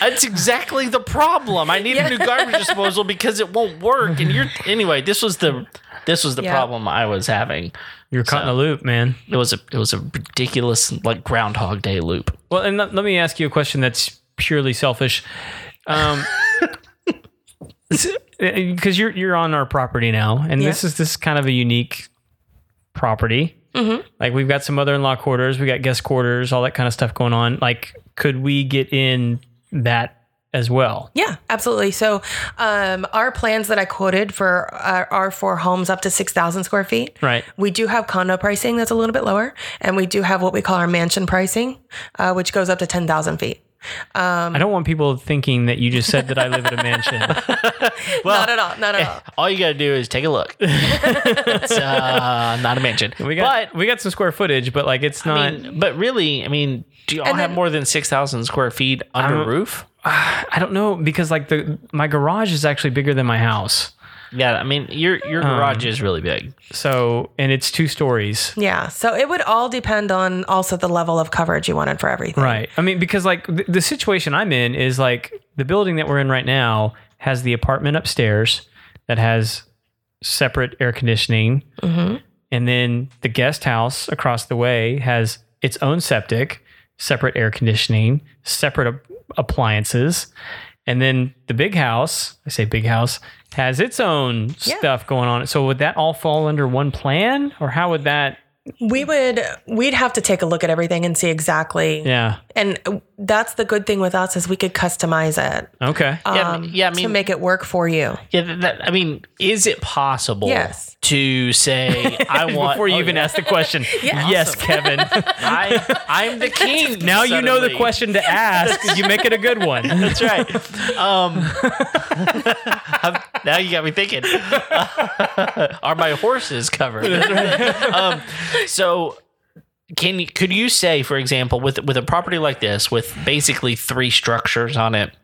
that's exactly the problem. I need a new garbage disposal because it won't work. And you're anyway. This was the this was the Yeah. problem I was having. you're caught in a loop, man. It was a it was a ridiculous like Groundhog Day loop. Well, and let, let me ask you a question that's purely selfish. Um, because you're you're on our property now, and this Yeah. is this is kind of a unique property. Mm-hmm. Like we've got some mother-in-law quarters, we got guest quarters, all that kind of stuff going on. Like, could we get in that as well? Yeah, absolutely. So, um, our plans that I quoted for uh, are for homes up to 6,000 square feet. Right. We do have condo pricing that's a little bit lower, and we do have what we call our mansion pricing, uh, which goes up to 10,000 feet. Um, I don't want people thinking that you just said that I live in a mansion. not at all. eh. Not at all. All you got to do is take a look. it's uh, not a mansion. We got we got some square footage, but like it's but, not. I mean, but really, I mean, do y'all And have then- more than 6,000 square feet under I'm- roof? I don't know because like the my garage is actually bigger than my house. Yeah, I mean, your your Um, garage is really big. So and it's two stories. Yeah. So, it would all depend on also the level of coverage you wanted for everything. Right. I mean, because like the, the situation I'm in is like the building that we're in right now has the apartment upstairs that has separate air conditioning. And then the guest house across the way has its own septic, separate air conditioning, separate ap- appliances. And then the big house, I say big house, has its own Yeah. stuff going on. So would that all fall under one plan, or how would that? We would we'd have to take a look at everything and see exactly. Yeah. And uh, that's the good thing with us is we could customize it. Okay. Yeah, I um, mean- yeah, I to mean- make it work for you. Yeah, th- that, I mean, is it possible Yes. to say I want Before you oh, even yeah. ask the question, yes, Kevin. I I'm the king. now you know the suddenly. question to ask. you make it a good one. That's right. Um, I'm- now you got me thinking. are my horses covered? um, so, can you, could you say, for example, with with a property like this, with basically three structures on it,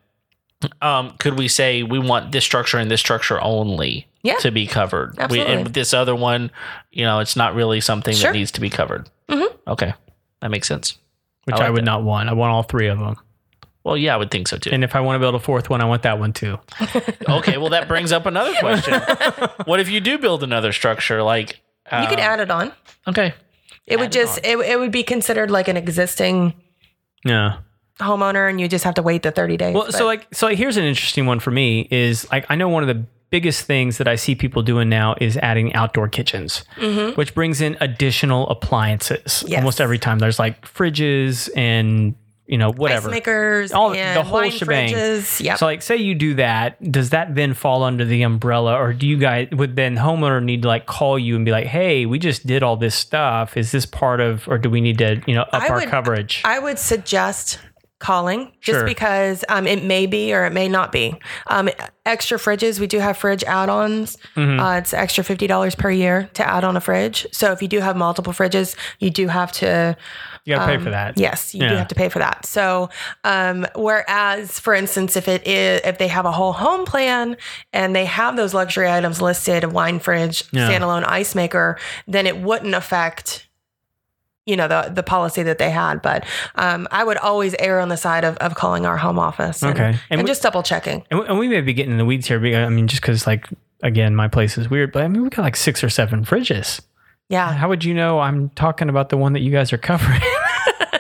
um, could we say we want this structure and this structure only Yeah. to be covered? We- Absolutely. and with this other one, you know, it's not really something Sure. that needs to be covered. Mhm. Okay, that makes sense. Which I like I would that. not want. I want all three of them. Well, yeah, I would think so too. And if I want to build a fourth one, I want that one too. Okay, well that brings up another question. what if you do build another structure? Like You could Um, uh, add it on. Okay, It would add it just it, it would be considered like an existing Yeah. homeowner, and you just have to wait the thirty days. Well, but- so like, so like, here's an interesting one for me is like, I know one of the biggest things that I see people doing now is adding outdoor kitchens, which brings in additional appliances Mm-hmm. Yes. almost every time. There's like fridges and you know whatever. ice makers, All- the and whole wine shebang. fridges. Yep. So like, say you do that, does that then fall under the umbrella, or do you guys would then homeowner need to like call you and be like, hey, we just did all this stuff. Is this part of, or do we need to you know up I our would- coverage? I would suggest calling just Sure. because um, it may be or it may not be. Um, extra fridges, we do have fridge add ons. Mm. Mm-hmm. Uh, it's extra $50 per year to add on a fridge. So if you do have multiple fridges, you do have to, you got to pay for that. um, yes, you do Yeah. have to pay for that. So, um, whereas, for instance, if it is, if they have a whole home plan and they have those luxury items listed, a wine fridge, Yeah. standalone ice maker, then it wouldn't affect you know the the policy that they had but um, i would always err on the side of, of calling our home office and, Okay. And and, we- just double checking And we, and we may be getting in the weeds here. Because, I mean, just because, like, again, my place is weird, but I mean, we got like six or seven fridges. yeah How would you know I'm talking about the one that you guys are covering?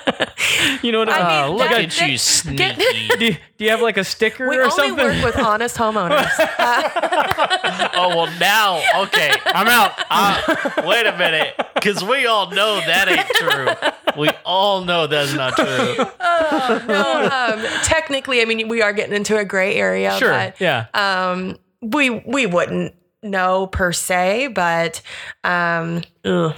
you know what I I uh, mean, look that- at you, that- sneaky. mean? Do, do you have like a sticker we or only something? work with honest homeowners oh well, now okay. I'm out. Uh, wait a minute, because we all know that ain't true. We all know that's not true. no um, technically i mean we are getting into a gray area sure. but yeah. um, we we wouldn't know per se but um, ugh.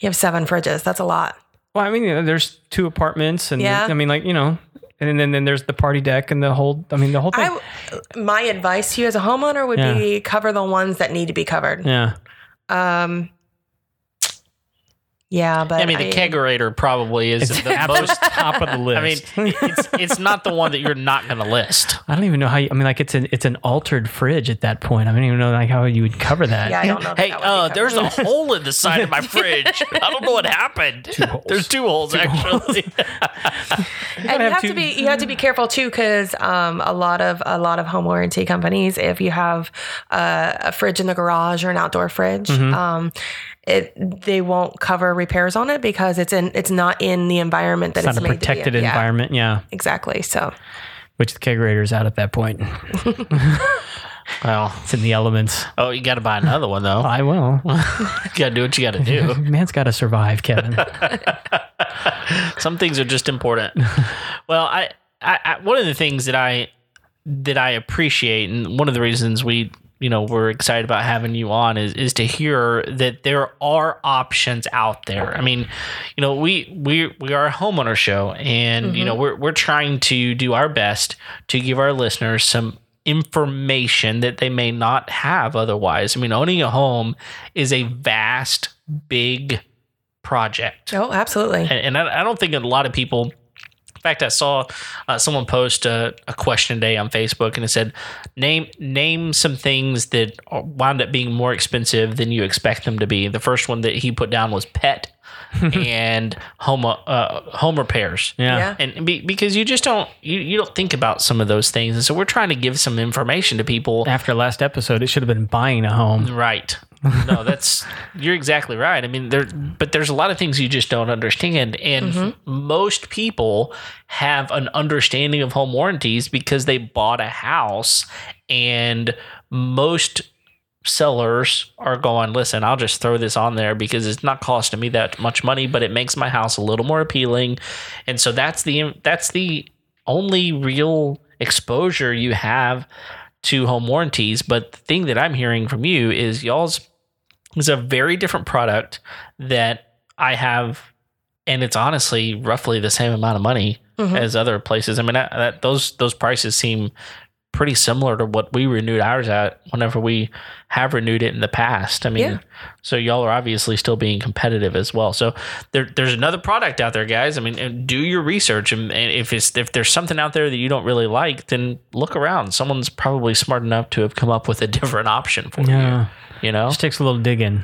you have seven fridges that's a lot well, I mean, you know, there's two apartments, and Yeah. I mean, like, you know, and then, then there's the party deck and the whole, I mean, the whole thing. I, my advice to you as a homeowner would Yeah. be cover the ones that need to be covered yeah. Um. Yeah, but I mean, the kegerator probably is It's the at the most. top of the I mean, list. it's it's not the one that you're not going to list. I don't even know how you, I mean, like it's an, it's an altered fridge at that point. I don't even know like how you would cover that. Yeah, I don't know. if Hey, that would be uh, covered. there's a hole in the side of my fridge. I don't know what happened. holes. There's two holes actually. and you have have two- to be you have to be careful too, because um, a lot of a lot of home warranty companies, if you have uh, a fridge in the garage or an outdoor fridge, Mm-hmm. um, it they won't cover repairs on it because it's in it's not in the environment that It's it's, not a made to be protected in. Yeah, environment. Yeah. exactly. So Which the kegerator's out at that point. well, It's in the elements. oh, you got to buy another one though. I will. You got to do what you got to do. Man's got to survive, Kevin. Some things are just important. well, I, I, I one of the things that I that I appreciate, and one of the reasons we you know we're excited about having you on is is to hear that there are options out there. I mean, you know we we we are a homeowner show, and you know we're we're trying to do our best to give our listeners some information that they may not have otherwise. I mean, owning a home is a vast, big project oh, absolutely. and, and I, I don't think a lot of people. In fact, I saw uh, someone post a, a question today on Facebook, and it said, "Name name some things that are- wound up being more expensive than you expect them to be." The first one that he put down was pet and home uh, home repairs Yeah. Yeah. and be, because you just don't you, you don't think about some of those things and so we're trying to give some information to people After last episode, it should have been buying a home. right no, that's you're exactly right. I mean, there, but there's a lot of things you just don't understand, and most people have an understanding of home warranties because they bought a house, and most sellers are going, listen, I'll just throw this on there because it's not costing me that much money, but it makes my house a little more appealing, and so that's the that's the only real exposure you have to home warranties. But the thing that I'm hearing from you is y'all's is a very different product that I have, and it's honestly roughly the same amount of money Mhm. as other places. I mean, that, that those those prices seem pretty similar to what we renewed ours at whenever we have renewed it in the past. I mean, Yeah. so y'all are obviously still being competitive as well. So there, there's another product out there, guys. I mean, and do your research, and, and if it's if there's something out there that you don't really like, then look around. Someone's probably smart enough to have come up with a different option for Yeah. you. You know, Just takes a little digging.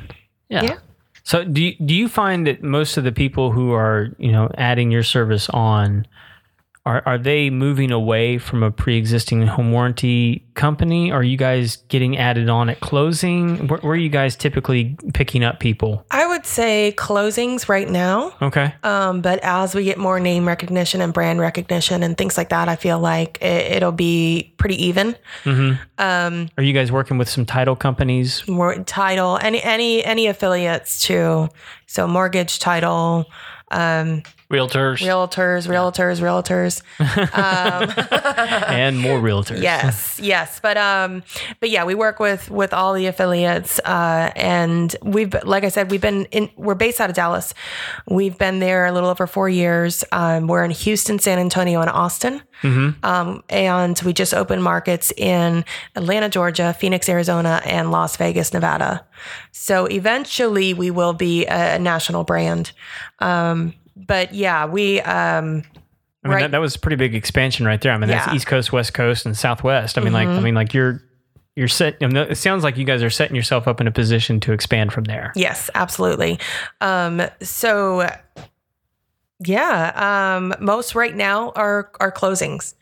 Yeah. So do you, do you find that most of the people who are you know adding your service on are are they moving away from a pre-existing home warranty company? Are you guys getting added on at closing? Where, where are you guys typically picking up people? I would say closings right now. Okay. Um, but as we get more name recognition and brand recognition and things like that, I feel like it, it'll be pretty even. hmm Um, Are you guys working with some title companies? more title, any any any affiliates too. So mortgage, title, um, realtors. realtors, realtors, realtors. Um, and more realtors. Yes, yes, but um, but yeah, we work with with all the affiliates, uh, and we've like I said, we've been in. We're based out of Dallas. We've been there a little over four years. Um, we're in Houston, San Antonio, and Austin, Mhm. um, and we just opened markets in Atlanta, Georgia, Phoenix, Arizona, and Las Vegas, Nevada. So eventually, we will be a, a national brand. Um, but yeah, we um, I mean right. that, that was a pretty big expansion right there. I mean that's Yeah. Mm-hmm. East Coast, West Coast, and Southwest. I mean like I mean like you're you're set. I mean, it sounds like you guys are setting yourself up in a position to expand from there. Yes, absolutely. Um, so yeah, um, most right now are are closings.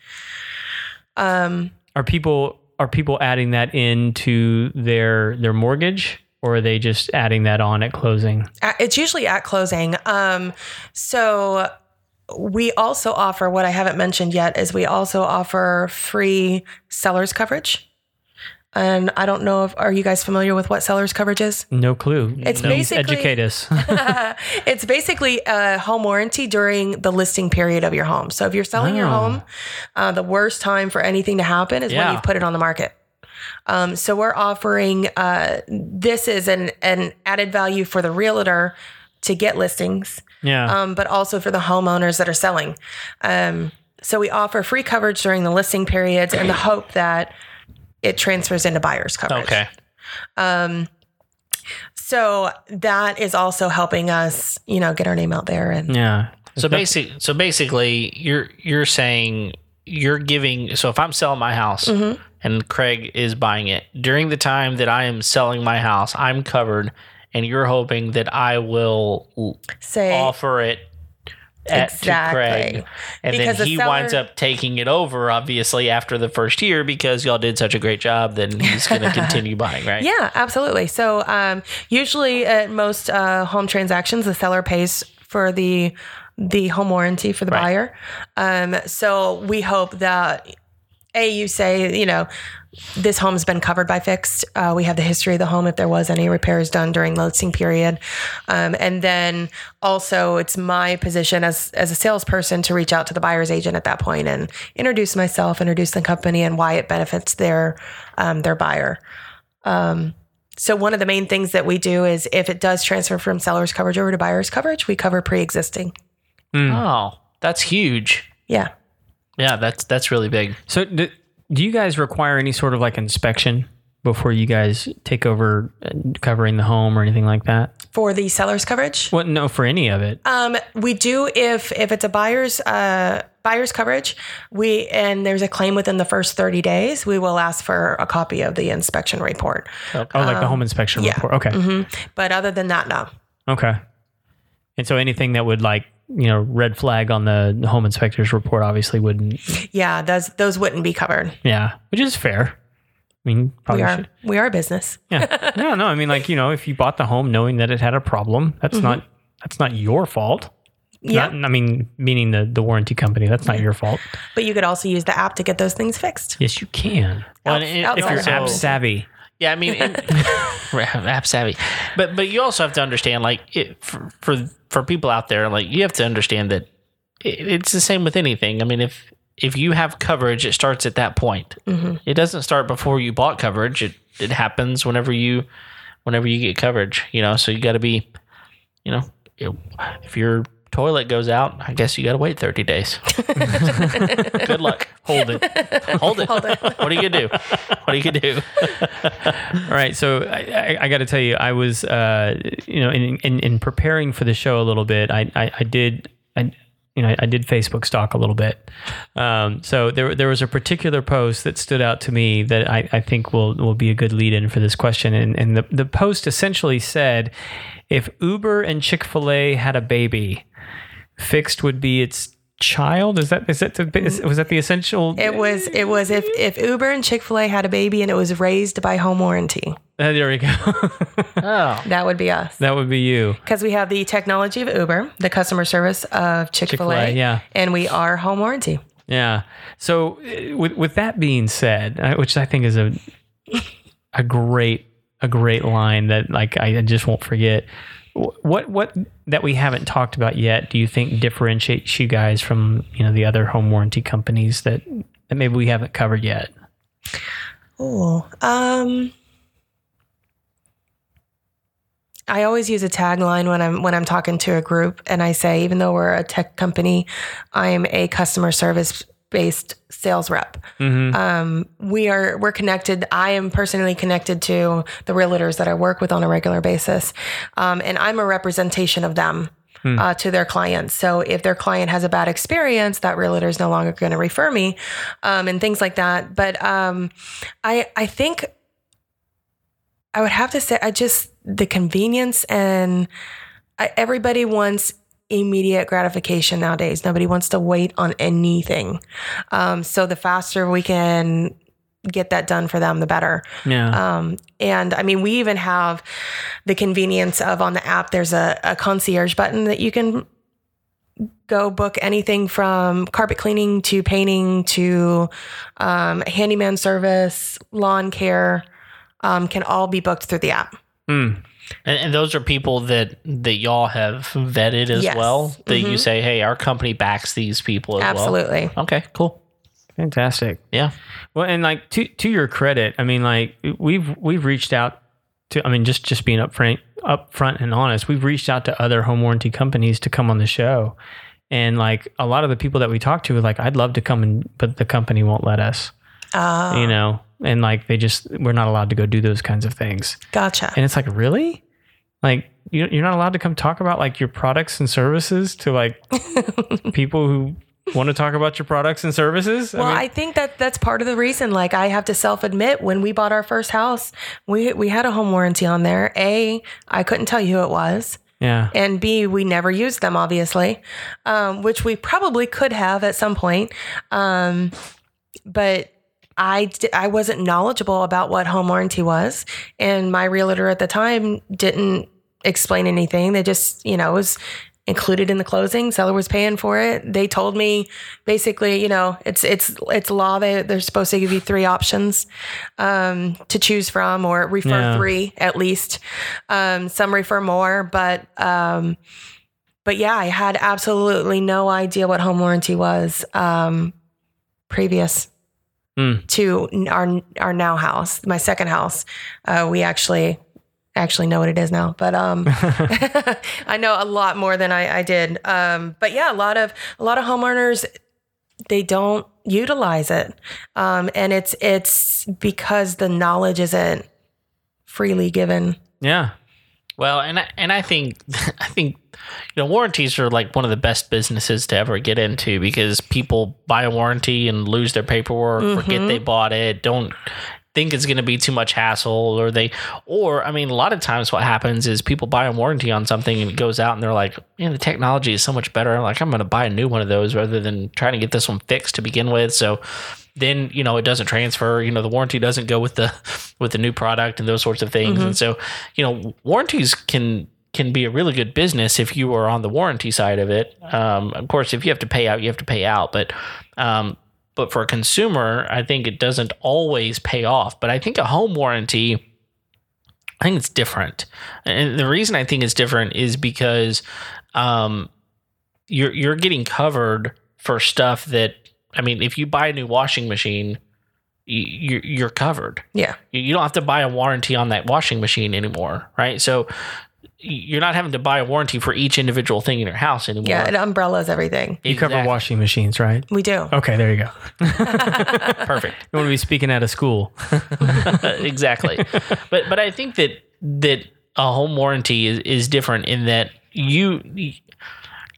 Um, Are people are people adding that into their their mortgage, or are they just adding that on at closing? a- it's usually at closing. Um, so we also offer what I haven't mentioned yet is we also offer free sellers coverage. And I don't know if are you guys familiar with what sellers coverage is? No clue. It's Please basically- educate us. it's basically a home warranty during the listing period of your home. So if you're selling your Oh. home, uh, the worst time for anything to happen is Yeah. when you put it on the market. Um, so we're offering uh, this is an an added value for the realtor to get listings, Uh. yeah. um, but also for the homeowners that are selling. Um, so we offer free coverage during the listing periods, and the hope that it transfers into buyers coverage. Okay. Um, so that is also helping us, you know, get our name out there. And yeah. So That's- basically, so basically, you're you're saying you're giving. So if I'm selling my house Mhm. and Craig is buying it during the time that I am selling my house, I'm covered, and you're hoping that I will l- say, offer it at, to Exactly. Craig, and Because then the he seller- winds up taking it over. Obviously, after the first year, because y'all did such a great job, then he's going to continue buying, right? yeah, absolutely. So um, usually at most uh, home transactions, the seller pays for the the home warranty for the Right. buyer. Um, so we hope that a you say, you know, this home's been covered by fixed. Uh, we have the history of the home if there was any repairs done during the listing period, um, and then also it's my position as as a salesperson to reach out to the buyer's agent at that point and introduce myself, introduce the company, and why it benefits their um, their buyer. Um, so one of the main things that we do is if it does transfer from seller's coverage over to buyer's coverage, we cover pre-existing. Mm. um, Oh, that's huge. Yeah. Yeah, that's that's really big. So do, do you guys require any sort of like inspection before you guys take over uh, covering the home or anything like that? For the seller's coverage, Well, no, for any of it. um, we do if if it's a buyer's uh, buyer's coverage, we and there's a claim within the first 30 days, we will ask for a copy of the inspection report. Oh, like the home inspection Um, yeah. report. Okay. Mm-hmm. hmm But other than that, no. Okay. And so anything that would like, you know, red flag on the home inspector's report obviously wouldn't. Yeah, those those wouldn't be covered. Yeah, which is fair. mean, we probably are should. we are a business. Yeah. no, no. I mean, like you know, if you bought the home knowing that it had a problem, that's not that's not your fault. Mm-hmm. Yeah, Not, I mean, meaning the the warranty company. That's not your fault. but you could also use the app to get those things fixed. Yes, you can. Well, Out- and it- outside if you're of the app home. savvy. Yeah, I mean, and- app savvy, but but you also have to understand, like, it, for, for for people out there, like, you have to understand that it, it's the same with anything. I mean, if if you have coverage, it starts at that point. It doesn't start before you bought coverage. It it happens whenever you whenever you get coverage. You know, so you got to be, you know, it- if your toilet goes out, I guess you got to wait thirty days. Good luck. Hold it. Hold it. Hold it. What are you gonna do? What are you gonna do? All right, so I, I, I got to tell you, I was, uh, you know, in, in in preparing for the show a little bit, I I, I did, I, you know, I did Facebook stalk a little bit. Um, so there there was a particular post that stood out to me that I, I think will will be a good lead in for this question, and and the the post essentially said, if Uber and Chick fil A had a baby, fixed would be its child. Is that is that the, is, was that the essential? Uh, It was it was if if Uber and Chick Fil A had a baby and it was raised by home warranty, Uh, there we go. Oh. that would be us that would be you. because we have the technology of Uber, the customer service of Chick Fil A, Chick-fil-A, yeah. and we are home warranty. Yeah. So uh, with with that being said, I- which I think is a a great a great line that like I just won't forget. Wh- What what that we haven't talked about yet? Do you think differentiates you guys from you know the other home warranty companies that that maybe we haven't covered yet? Oh, um, I always use a tagline when I'm when I'm talking to a group, and I say, even though we're a tech company, I'm a customer service based sales rep. Mm-hmm. um, we are we're connected. I am personally connected to the realtors that I work with on a regular basis, um, and I'm a representation of them. Hmm. Uh, to their clients. So if their client has a bad experience, that realtor is no longer going to refer me, um, and things like that. But um, I I think I would have to say I just the convenience and I, everybody wants immediate gratification nowadays. Nobody wants to wait on anything. Um, so the faster we can get that done for them, the better. Yeah. Um, and I mean, we even have the convenience of on the app, there's a, a concierge button that you can go book anything from carpet cleaning to painting to um, handyman service, lawn care. Um, can all be booked through the app. Mm. And, and those are people that that y'all have vetted as Yes. well. That you Mhm. say, hey, our company backs these people as Absolutely. well. Okay, cool. Fantastic. Yeah. Well, and like to to your credit, I mean, like we've we've reached out to. I mean, just just being upfront, upfront and honest, we've reached out to other home warranty companies to come on the show, and like a lot of the people that we talk to, are like I'd love to come and but the company won't let us, Uh, you know, and like they just we're not allowed to go do those kinds of things, gotcha. and it's like really, like you you're not allowed to come talk about like your products and services to like people who want to talk about your products and services. Well, mean- I think that that's part of the reason. Like, I have to self admit, when we bought our first house, we we had a home warranty on there. A, I couldn't tell you who it was, yeah. and B, we never used them, obviously, um, which we probably could have at some point, um, but. I, d- I wasn't knowledgeable about what home warranty was, and my realtor at the time didn't explain anything. They just, you know, it was included in the closing. Seller was paying for it. They told me basically, you know, it's it's it's law. They they're supposed to give you three options um, to choose from, or refer Yeah. three at least. Um, some refer more, but um, but yeah, I had absolutely no idea what home warranty was um, previous Mm. to n- our our now house, my second house. Uh, we actually actually know what it is now, but um, I know a lot more than I, I did. Um, but yeah, a lot of a lot of homeowners they don't utilize it, um, and it's it's because the knowledge isn't freely given. Yeah. Well, and I, and I think I think you know warranties are like one of the best businesses to ever get into because people buy a warranty and lose their paperwork, forget they bought it, don't think it's going to be too much hassle or they or i mean a lot of times what happens is people buy a warranty on something and it goes out and they're like man the technology is so much better like i'm going to buy a new one of those rather than trying to get this one fixed to begin with so then you know it doesn't transfer you know the warranty doesn't go with the with the new product and those sorts of things and so you know warranties can can be a really good business if you are on the warranty side of it um, of course if you have to pay out you have to pay out but um, but for a consumer, I think it doesn't always pay off. But I think a home warranty, I think it's different, and the reason I think it's different is because um, you're you're getting covered for stuff that I mean, if you buy a new washing machine, you, you're covered. Yeah. You- You don't have to buy a warranty on that washing machine anymore, right? So you're not having to buy a warranty for each individual thing in your house anymore. Yeah. It umbrellas everything. You cover Exactly. washing machines, right? We do. Okay, there you go. Perfect. You want to be speaking out of school. exactly. but but I think that that a home warranty is, is different in that you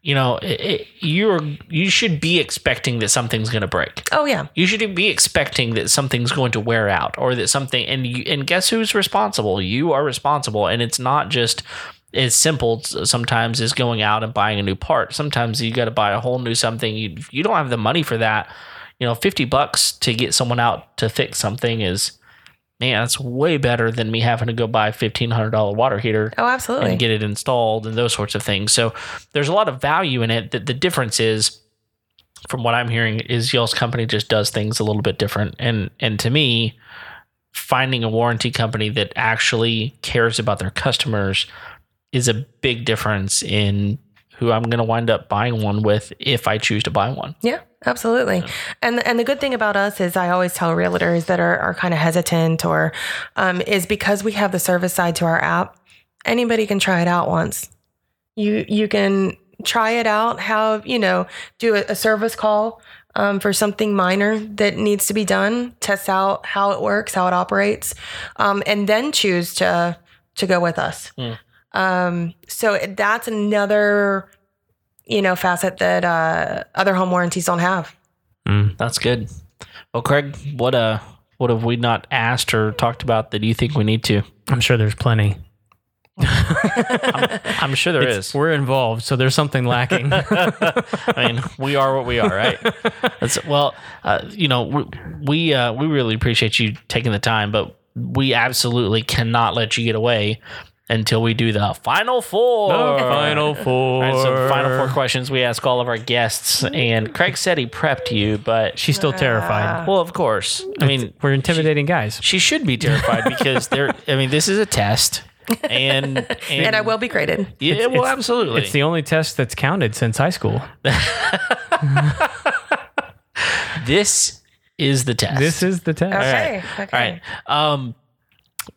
you know it- it, you're you should be expecting that something's going to break. Oh, yeah. You should be expecting that something's going to wear out or that something and you, and guess who's responsible? You are responsible and it's not just as simple s- sometimes as going out and buying a new part. Sometimes you got to buy a whole new something. You you don't have the money for that. You know, 50 bucks to get someone out to fix something is man, that's way better than me having to go buy a $1500 water heater Oh, absolutely. and get it installed and those sorts of things. So there's a lot of value in it. That the difference is, from what I'm hearing, is y'all's company just does things a little bit different. And and to me, finding a warranty company that actually cares about their customers is a big difference in who I'm going to wind up buying one with if I choose to buy one. Yeah, absolutely. And and the good thing about us is I always tell realtors that are, are kind of hesitant or um, is because we have the service side to our app, anybody can try it out once. You you can try it out, how you know, do a, a service call um, for something minor that needs to be done, test out how it works, how it operates, um, and then choose to to go with us. Mm. Um, so that's another you know, facet that uh, other home warranties don't have. That's good. Well, Craig, what uh, what have we not asked or talked about that you think we need to? I'm sure there's plenty. I'm sure there It's- is. We're involved, so there's something lacking. I mean, we are what we are, right? That's, well, uh, you know, we we, uh, we really appreciate you taking the time, but we absolutely cannot let you get away until we do the final four. Final four. All right, so final four questions we ask all of our guests, and Craig said he prepped you, but She's still terrified. well, of course, I mean, We're intimidating guys. she should be terrified because there. I mean, this is a test, and and, And I will be graded. yeah, well, absolutely, It's the only test that's counted since high school. this is the test. This is the test. Okay. All Okay. right. Um,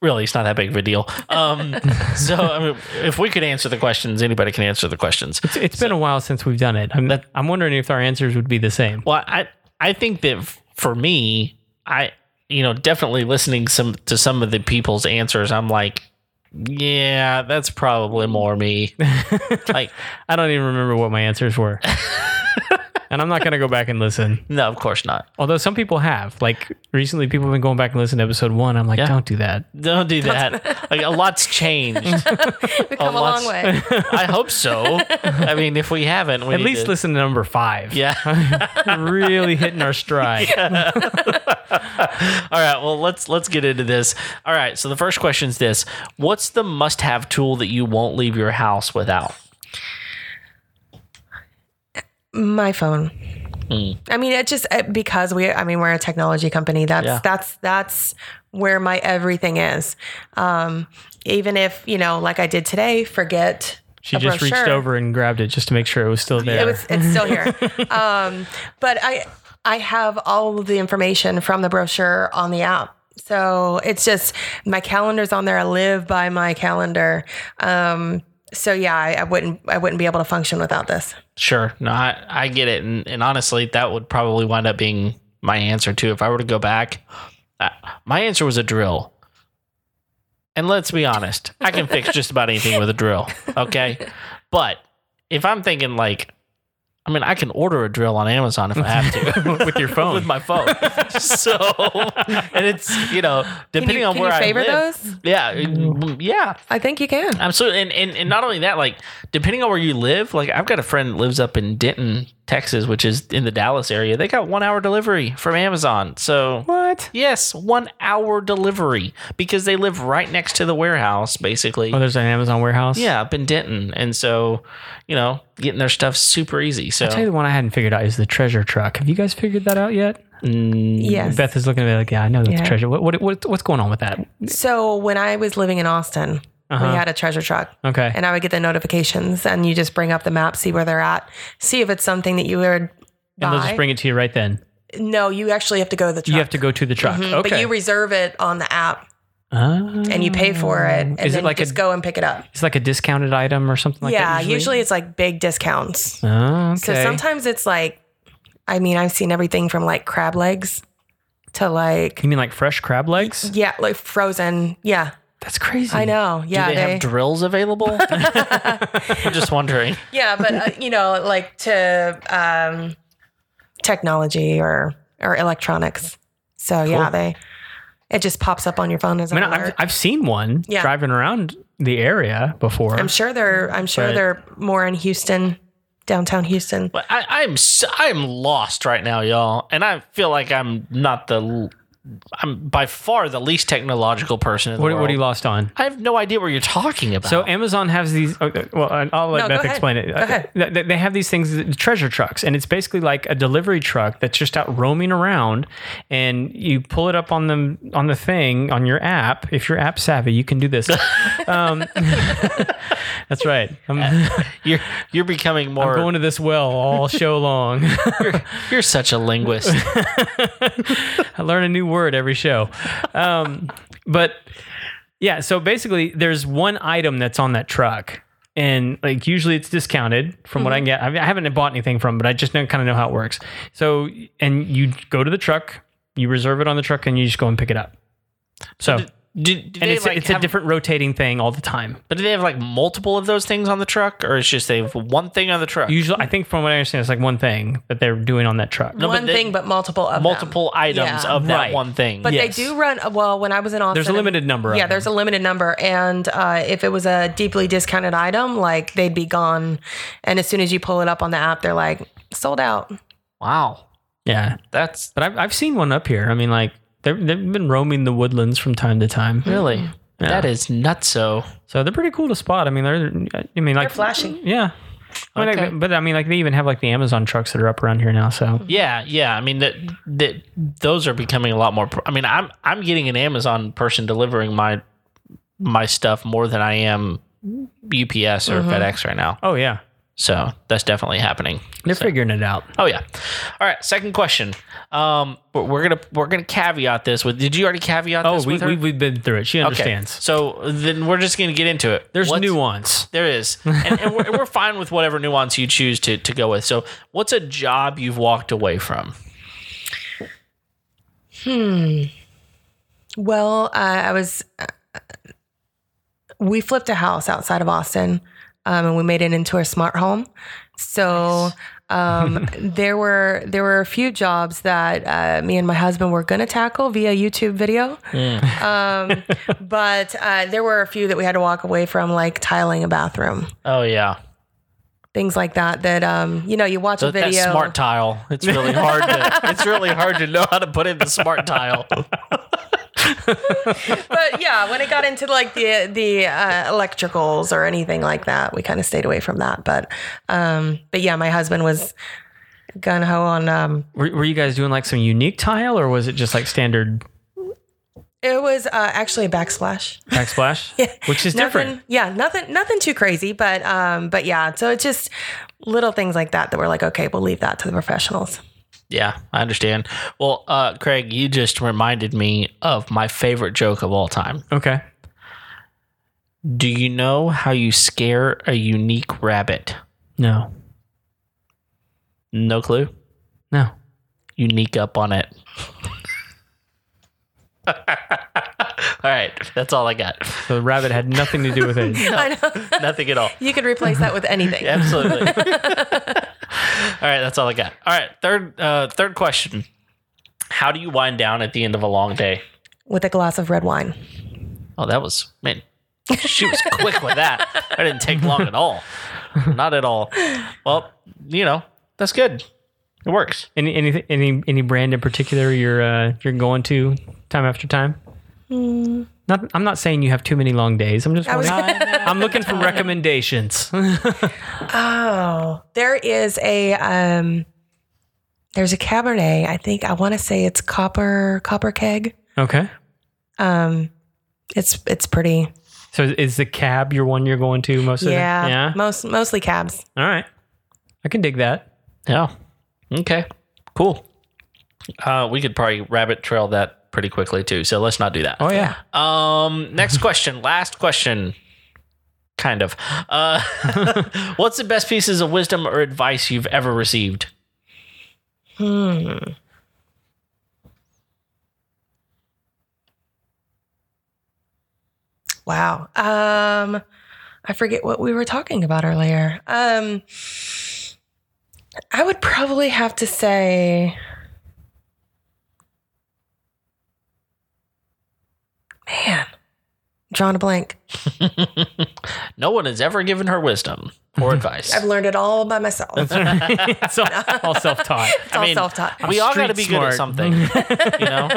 really, it's not that big of a deal. Um, so, I mean, if we could answer the questions, anybody can answer the questions. It's, it's been a while since we've done it. I'm, I'm wondering if our answers would be the same. Well, I I think that f- for me, I you know definitely listening some to some of the people's answers, I'm like, yeah, that's probably more me. like, I don't even remember what my answers were. and I'm not going to go back and listen. no, of course not. Although some people have. Like recently, people have been going back and listening to episode one. I'm like, Yeah. don't do that. Don't do that. like, a lot's changed. We've come Oh, a long lots- way. I hope so. I mean, if we haven't, we At need least to- listen to number five. Yeah. really hitting our stride. All right, well let's let's get into this. All right, so the first question is this: What's the must-have tool that you won't leave your house without? My phone. Mm. I mean, it just uh, because we. I mean, we're a technology company. That's Yeah. that's that's where my everything is. Um, even if you know, like I did today, forget. She a just reached brochure. over and grabbed it just to make sure it was still there. It was. It's still here. um, but I I have all of the information from the brochure on the app. So it's just my calendar's on there. I live by my calendar. Um, so yeah, I, I wouldn't I wouldn't be able to function without this. Sure, no, I, I get it, and, and honestly, that would probably wind up being my answer too. If I were to go back, uh, my answer was a drill. And let's be honest, I can fix just about anything with a drill. Okay, but if I'm thinking like I mean, I can order a drill on Amazon if I have to with your phone. with my phone. so, and it's you know Can depending you, on can where you favor I live. those? Yeah, it- yeah. I think you can. Absolutely, and, and and not only that, like depending on where you live, like I've got a friend that lives up in Denton, Texas, which is in the Dallas area. They got one hour delivery from Amazon. So what? yes, one hour delivery because they live right next to the warehouse, basically. Oh, there's an Amazon warehouse. yeah, up in Denton, and so you know getting their stuff super easy. So I tell you the one I hadn't figured out is the treasure truck. Have you guys figured that out yet? mm, Yes. Beth is looking at me like, yeah, I know that's Yeah. treasure. What, what, what what's going on with that? So when I was living in Austin, Uh-huh. we had a treasure truck. Okay. And I would get the notifications, and you just bring up the map, see where they're at, see if it's something that you would and they'll buy. just bring it to you right then. no, you actually have to go to the truck. You have to go to the truck. Mhm, Okay. But you reserve it on the app Ah. and you pay for it. And Mm. Is then it like you a, just go and pick it up. it's like a discounted item or something like yeah, that? usually? it's like big discounts. Oh, okay. So sometimes it's like, I mean, I've seen everything from like crab legs to like, you mean like fresh crab legs? yeah, like frozen. Yeah, That's crazy. Mm-hmm. I know. do Yeah, they, have drills available? I'm just wondering. yeah, but uh, you know, like to um, technology or or electronics. So yeah, Cool. they it just pops up on your phone as I an mean, alert. I've, I've seen one Yeah. driving around the area before. I'm sure they're I'm sure Right. they're more in Houston, downtown Houston. But I, I'm so, I'm lost right now, y'all, and I feel like I'm not the l- I'm by far the least technological person in the What, world. what are you lost on? I have no idea what you're talking about. So Amazon has these. Okay, well, I- I'll let No, go Beth ahead. explain it. Go ahead. Uh, They they have these things, the treasure trucks, and it's basically like a delivery truck that's just out roaming around, and you pull it up on the on the thing on your app. If you're app savvy, you can do this. um, that's right. I'm, you're you're becoming I'm more. going to this well all show long. you're such a linguist. I learn a new word every show. Um, but yeah, so basically, there's one item that's on that truck, and like usually it's discounted from what I can Mm-hmm. get. I, mean, I haven't bought anything from, but I just know, kind of know how it works. So, and you go to the truck, you reserve it on the truck, and you just go and pick it up. So, Do, do and they it's like it's have- a different rotating thing all the time. But do they have like multiple of those things on the truck, or it's just they have one thing on the truck? Usually, I think from what I understand, it's like one thing that they're doing on that truck. No, but One they- thing, but multiple of them. multiple items Yeah. of that Right. one thing. But Yes. they do run. Well, when I was in Austin, There's a limited number. Yeah, of there's a limited number, and uh, if it was a deeply discounted item, like they'd be gone. And as soon as you pull it up on the app, they're like sold out. wow, yeah. that's But I've, I've seen one up here. I mean, like they're, they've been roaming the woodlands from time to time. really Mm. Yeah. that is nuts. So So they're pretty cool to spot. I mean, they're I mean like They're flashy. Yeah. I mean, like, Okay. but I mean, like they even have like the Amazon trucks that are up around here now. So yeah, yeah. I mean that that those are becoming a lot more. pr- I mean, I'm I'm getting an Amazon person delivering my my stuff more than I am UPS or FedEx right now. oh yeah, So that's definitely happening. they're figuring it out. Oh yeah. All right. Second question. Um, we're, we're gonna we're gonna caveat this with. Did you already caveat Oh, this we, with her? we we've been through it. She understands. So then we're just gonna get into it. There's What's- nuance. There is, and, and we're, we're fine with whatever nuance you choose to to go with. So, what's a job you've walked away from? Hmm. Well, uh, I was. we flipped a house outside of Austin, um, and we made it into a smart home. So um, there were there were a few jobs that uh, me and my husband were going to tackle via YouTube video, Hmm. um, but uh, there were a few that we had to walk away from, like tiling a bathroom, Oh yeah, things like that. That um, you know, you watch a Th- video. that smart tile. It's really hard. To, it's really hard to know how to put in the smart tile. but yeah, when it got into like the the uh, electricals or anything like that, we kind of stayed away from that. But um, but yeah, my husband was gun ho on. Um, Were, were you guys doing like some unique tile, or was it just like standard it was uh, actually a backsplash. backsplash, which is different? Nothing, yeah, nothing, nothing too crazy, but um, but yeah. So it's just little things like that that we're like, okay, we'll leave that to the professionals. Yeah, I understand. Well, uh, Craig, you just reminded me of my favorite joke of all time. Okay. Do you know how you scare a unique rabbit? No. No clue. No. You sneak up on it. All right, that's all I got. So the rabbit had nothing to do with it. I know. Nothing at all. You could replace that with anything. Absolutely. all right, that's all I got. All right, third uh, third question. How do you wind down at the end of a long day? With a glass of red wine. Oh, that was man. She was quick with that. I didn't take long at all. Not at all. Well, you know that's good. It works. Any any any any brand in particular you're uh, you're going to time after time? Not, I'm not saying you have too many long days. I'm just I was- wondering- I'm looking for recommendations. Oh, there is a um, there's a cabernet. I think I want to say it's copper copper keg. okay. Um, it's it's pretty. So is the cab your one you're going to most of yeah, the Yeah. most mostly cabs. All right. I can dig that. Yeah. Okay. Cool. Uh, we could probably rabbit trail that pretty quickly too. So let's not do that. Oh yeah. Um, next question. Last question. Kind of. Uh, what's the best pieces of wisdom or advice you've ever received? Hmm. Wow. Um, I forget what we were talking about earlier. Um, I would probably have to say. Man, drawn a blank. No one has ever given her wisdom or advice. I've learned it all by myself. it's all, all self-taught. it's all I mean, self-taught. we all got to street be good smart. at something, you know.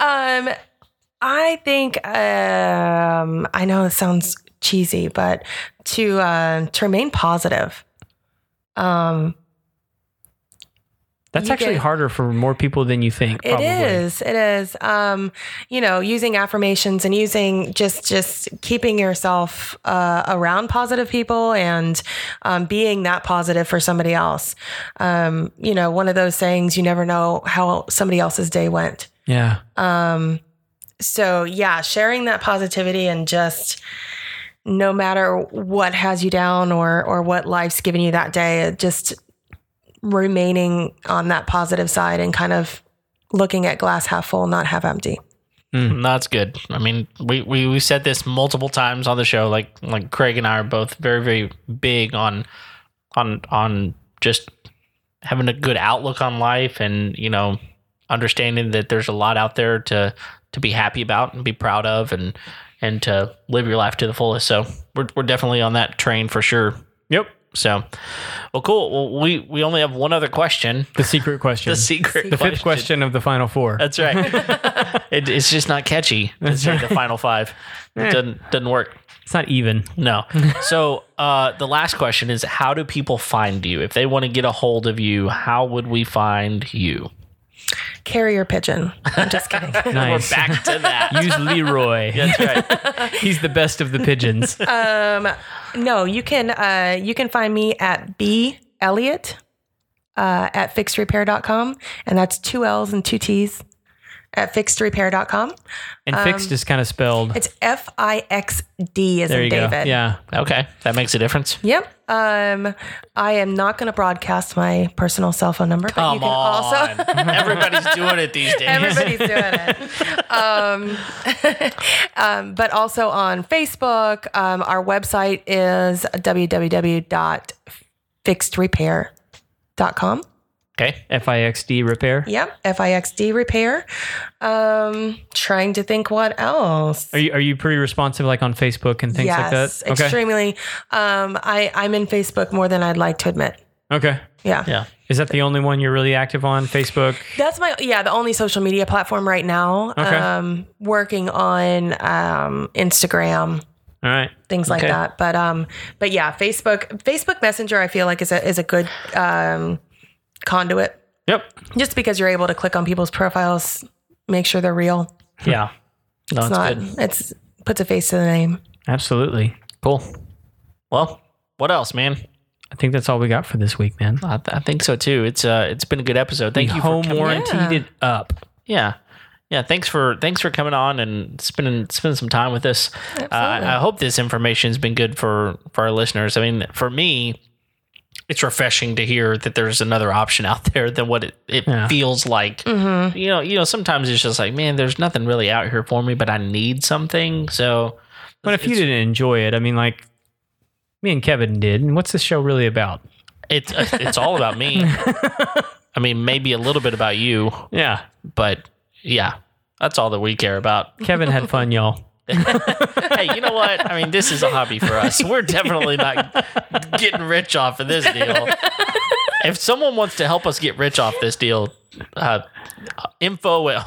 um, I think um, I know it sounds cheesy, but to uh, to remain positive. Um, That's You actually get- harder for more people than you think. it Probably. is, it is. Um, you know, using affirmations and using just just keeping yourself uh, around positive people and um, being that positive for somebody else. Um, you know, one of those sayings: you never know how somebody else's day went. Yeah. Um, so yeah, sharing that positivity and just no matter what has you down or or what life's given you that day, it just remaining on that positive side and kind of looking at glass half full, not half empty. Mm. That's good. I mean, we, we we said this multiple times on the show. Like like Craig and I are both very very big on on on just having a good outlook on life, and you know, understanding that there's a lot out there to to be happy about and be proud of, and and to live your life to the fullest. So we're we're definitely on that train for sure. Yep. So, well, cool. Well, we we only have one other question. The secret question. The secret. The fifth question of the final four. That's right. it, it's just not catchy. It's like the final five. It doesn't doesn't work. It's not even. No. So uh, the last question is: How do people find you if they want to get a hold of you? How would we find you? Carrier pigeon. I'm just kidding. Nice. We're back to that. Use Leroy. That's right. He's the best of the pigeons. um, no, you can uh, you can find me at B Elliott uh, at fixedrepair.com and that's two L's and two T's at fixedrepair.com. And fixed is kind of spelled. Um, It's F I X D as There in you David. go. Yeah. Okay, that makes a difference. Yep. Um, I am not going to broadcast my personal cell phone number, but Come you can on. also. Everybody's doing it these days. Everybody's doing it. Um, um, but also on Facebook, um, our website is www.fixedrepair.com. Okay. F I X D repair. Yep, FIXD repair. Um, trying to think what else. Are you are you pretty responsive like on Facebook and things like yes, that? Okay. extremely. Um, I I'm in Facebook more than I'd like to admit. Okay. Yeah. Yeah. Is that the only one you're really active on? Facebook? That's my yeah, the only social media platform right now. Okay. Um working on um Instagram, All right. things like Okay. that. But um but yeah, Facebook Facebook Messenger I feel like is a is a good um conduit Yep. just because you're able to click on people's profiles, make sure they're real. Yeah. No, It's it's not good. it's puts a face to the name. Absolutely. Cool. Well, what else, man? I think that's all we got for this week, man. I, th- I think so too. It's uh, it's been a good episode. Thank you for Home coming in. warranted it up. Yeah. Yeah, thanks for thanks for coming on and spending spending some time with us. Uh, I I hope this information has been good for for our listeners. I mean, for me, it's refreshing to hear that there's another option out there than what it, it Yeah. Mm. feels like. Mm-hmm. You know, you know, sometimes it's just like, man, there's nothing really out here for me, but I need something. So But if you didn't enjoy it, I mean, like me and Kevin did. And what's this show really about? it's uh, it's all about me. I mean, maybe a little bit about you, Yeah, but yeah, that's all that we care about. Kevin had fun, y'all. hey, you know what? I mean, this is a hobby for us. We're definitely not getting rich off of this deal. If someone wants to help us get rich off this deal, uh, info at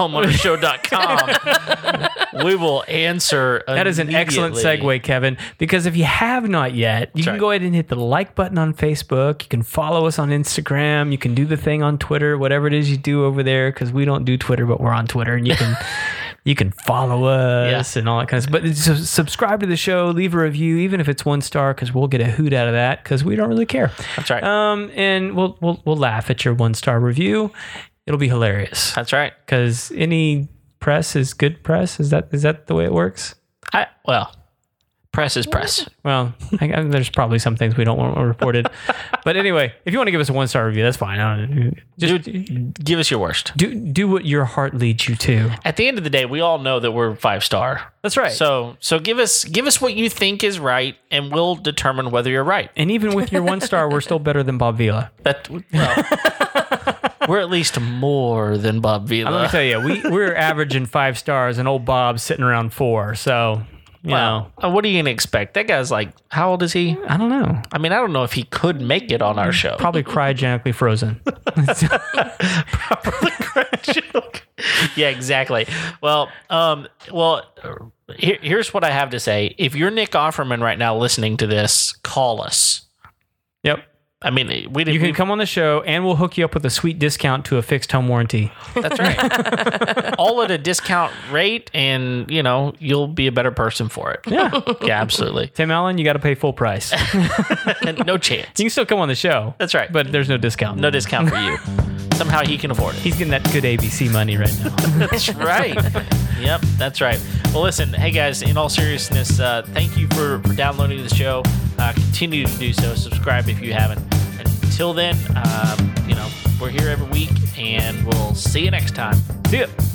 homeownershow.com. we will answer. That is an excellent immediately. segue, Kevin, because if you have not yet, you can right. go ahead and hit the like button on Facebook. You can follow us on Instagram. You can do the thing on Twitter, whatever it is you do over there, because we don't do Twitter, but we're on Twitter and you can. You can follow us and all that kind of stuff. But so subscribe to the show, leave a review, even if it's one star, because we'll get a hoot out of that because we don't really care. That's right. Um, and we'll, we'll, we'll laugh at your one star review. It'll be hilarious That's right. because any press is good press. Is that is that the way it works? I, well, press is press. Well, I, I, there's probably some things we don't want reported. but anyway, if you want to give us a one star review, that's fine. I don't, just Give us your worst. do do what your heart leads you to. At the end of the day, we all know that we're five star. That's right. So, So, so give us give us what you think is right, and we'll determine whether you're right. and even with your one star, we're still better than Bob Vila. That well, we're at least more than Bob Let me Vila. tell you, we we're averaging five stars, and old Bob's sitting around four. So you know, Wow. Uh, What are you gonna expect? That guy's like, how old is he? I don't know. I mean, I don't know if he could make it on our show. Mm, Probably cryogenically frozen. yeah, exactly. Well, um, well, here, here's what I have to say. If you're Nick Offerman right now listening to this, call us. yep. I mean, we You didn't. can come on the show, and we'll hook you up with a sweet discount to a fixed home warranty. That's right. All at a discount rate, and you know you'll be a better person for it. Yeah. Yeah, absolutely. Tim Allen, you got to pay full price. you And no chance. can still come on the show. That's right. But there's no discount. No discount for you. Somehow he can afford it. He's getting that good ABC money right now. That's right. yep, that's right. Well, listen, hey guys, in all seriousness, uh, thank you for, for downloading the show. Uh, continue to do so. Subscribe if you haven't. uh, Until then, um, you know, we're here every week, and we'll see you next time. See ya.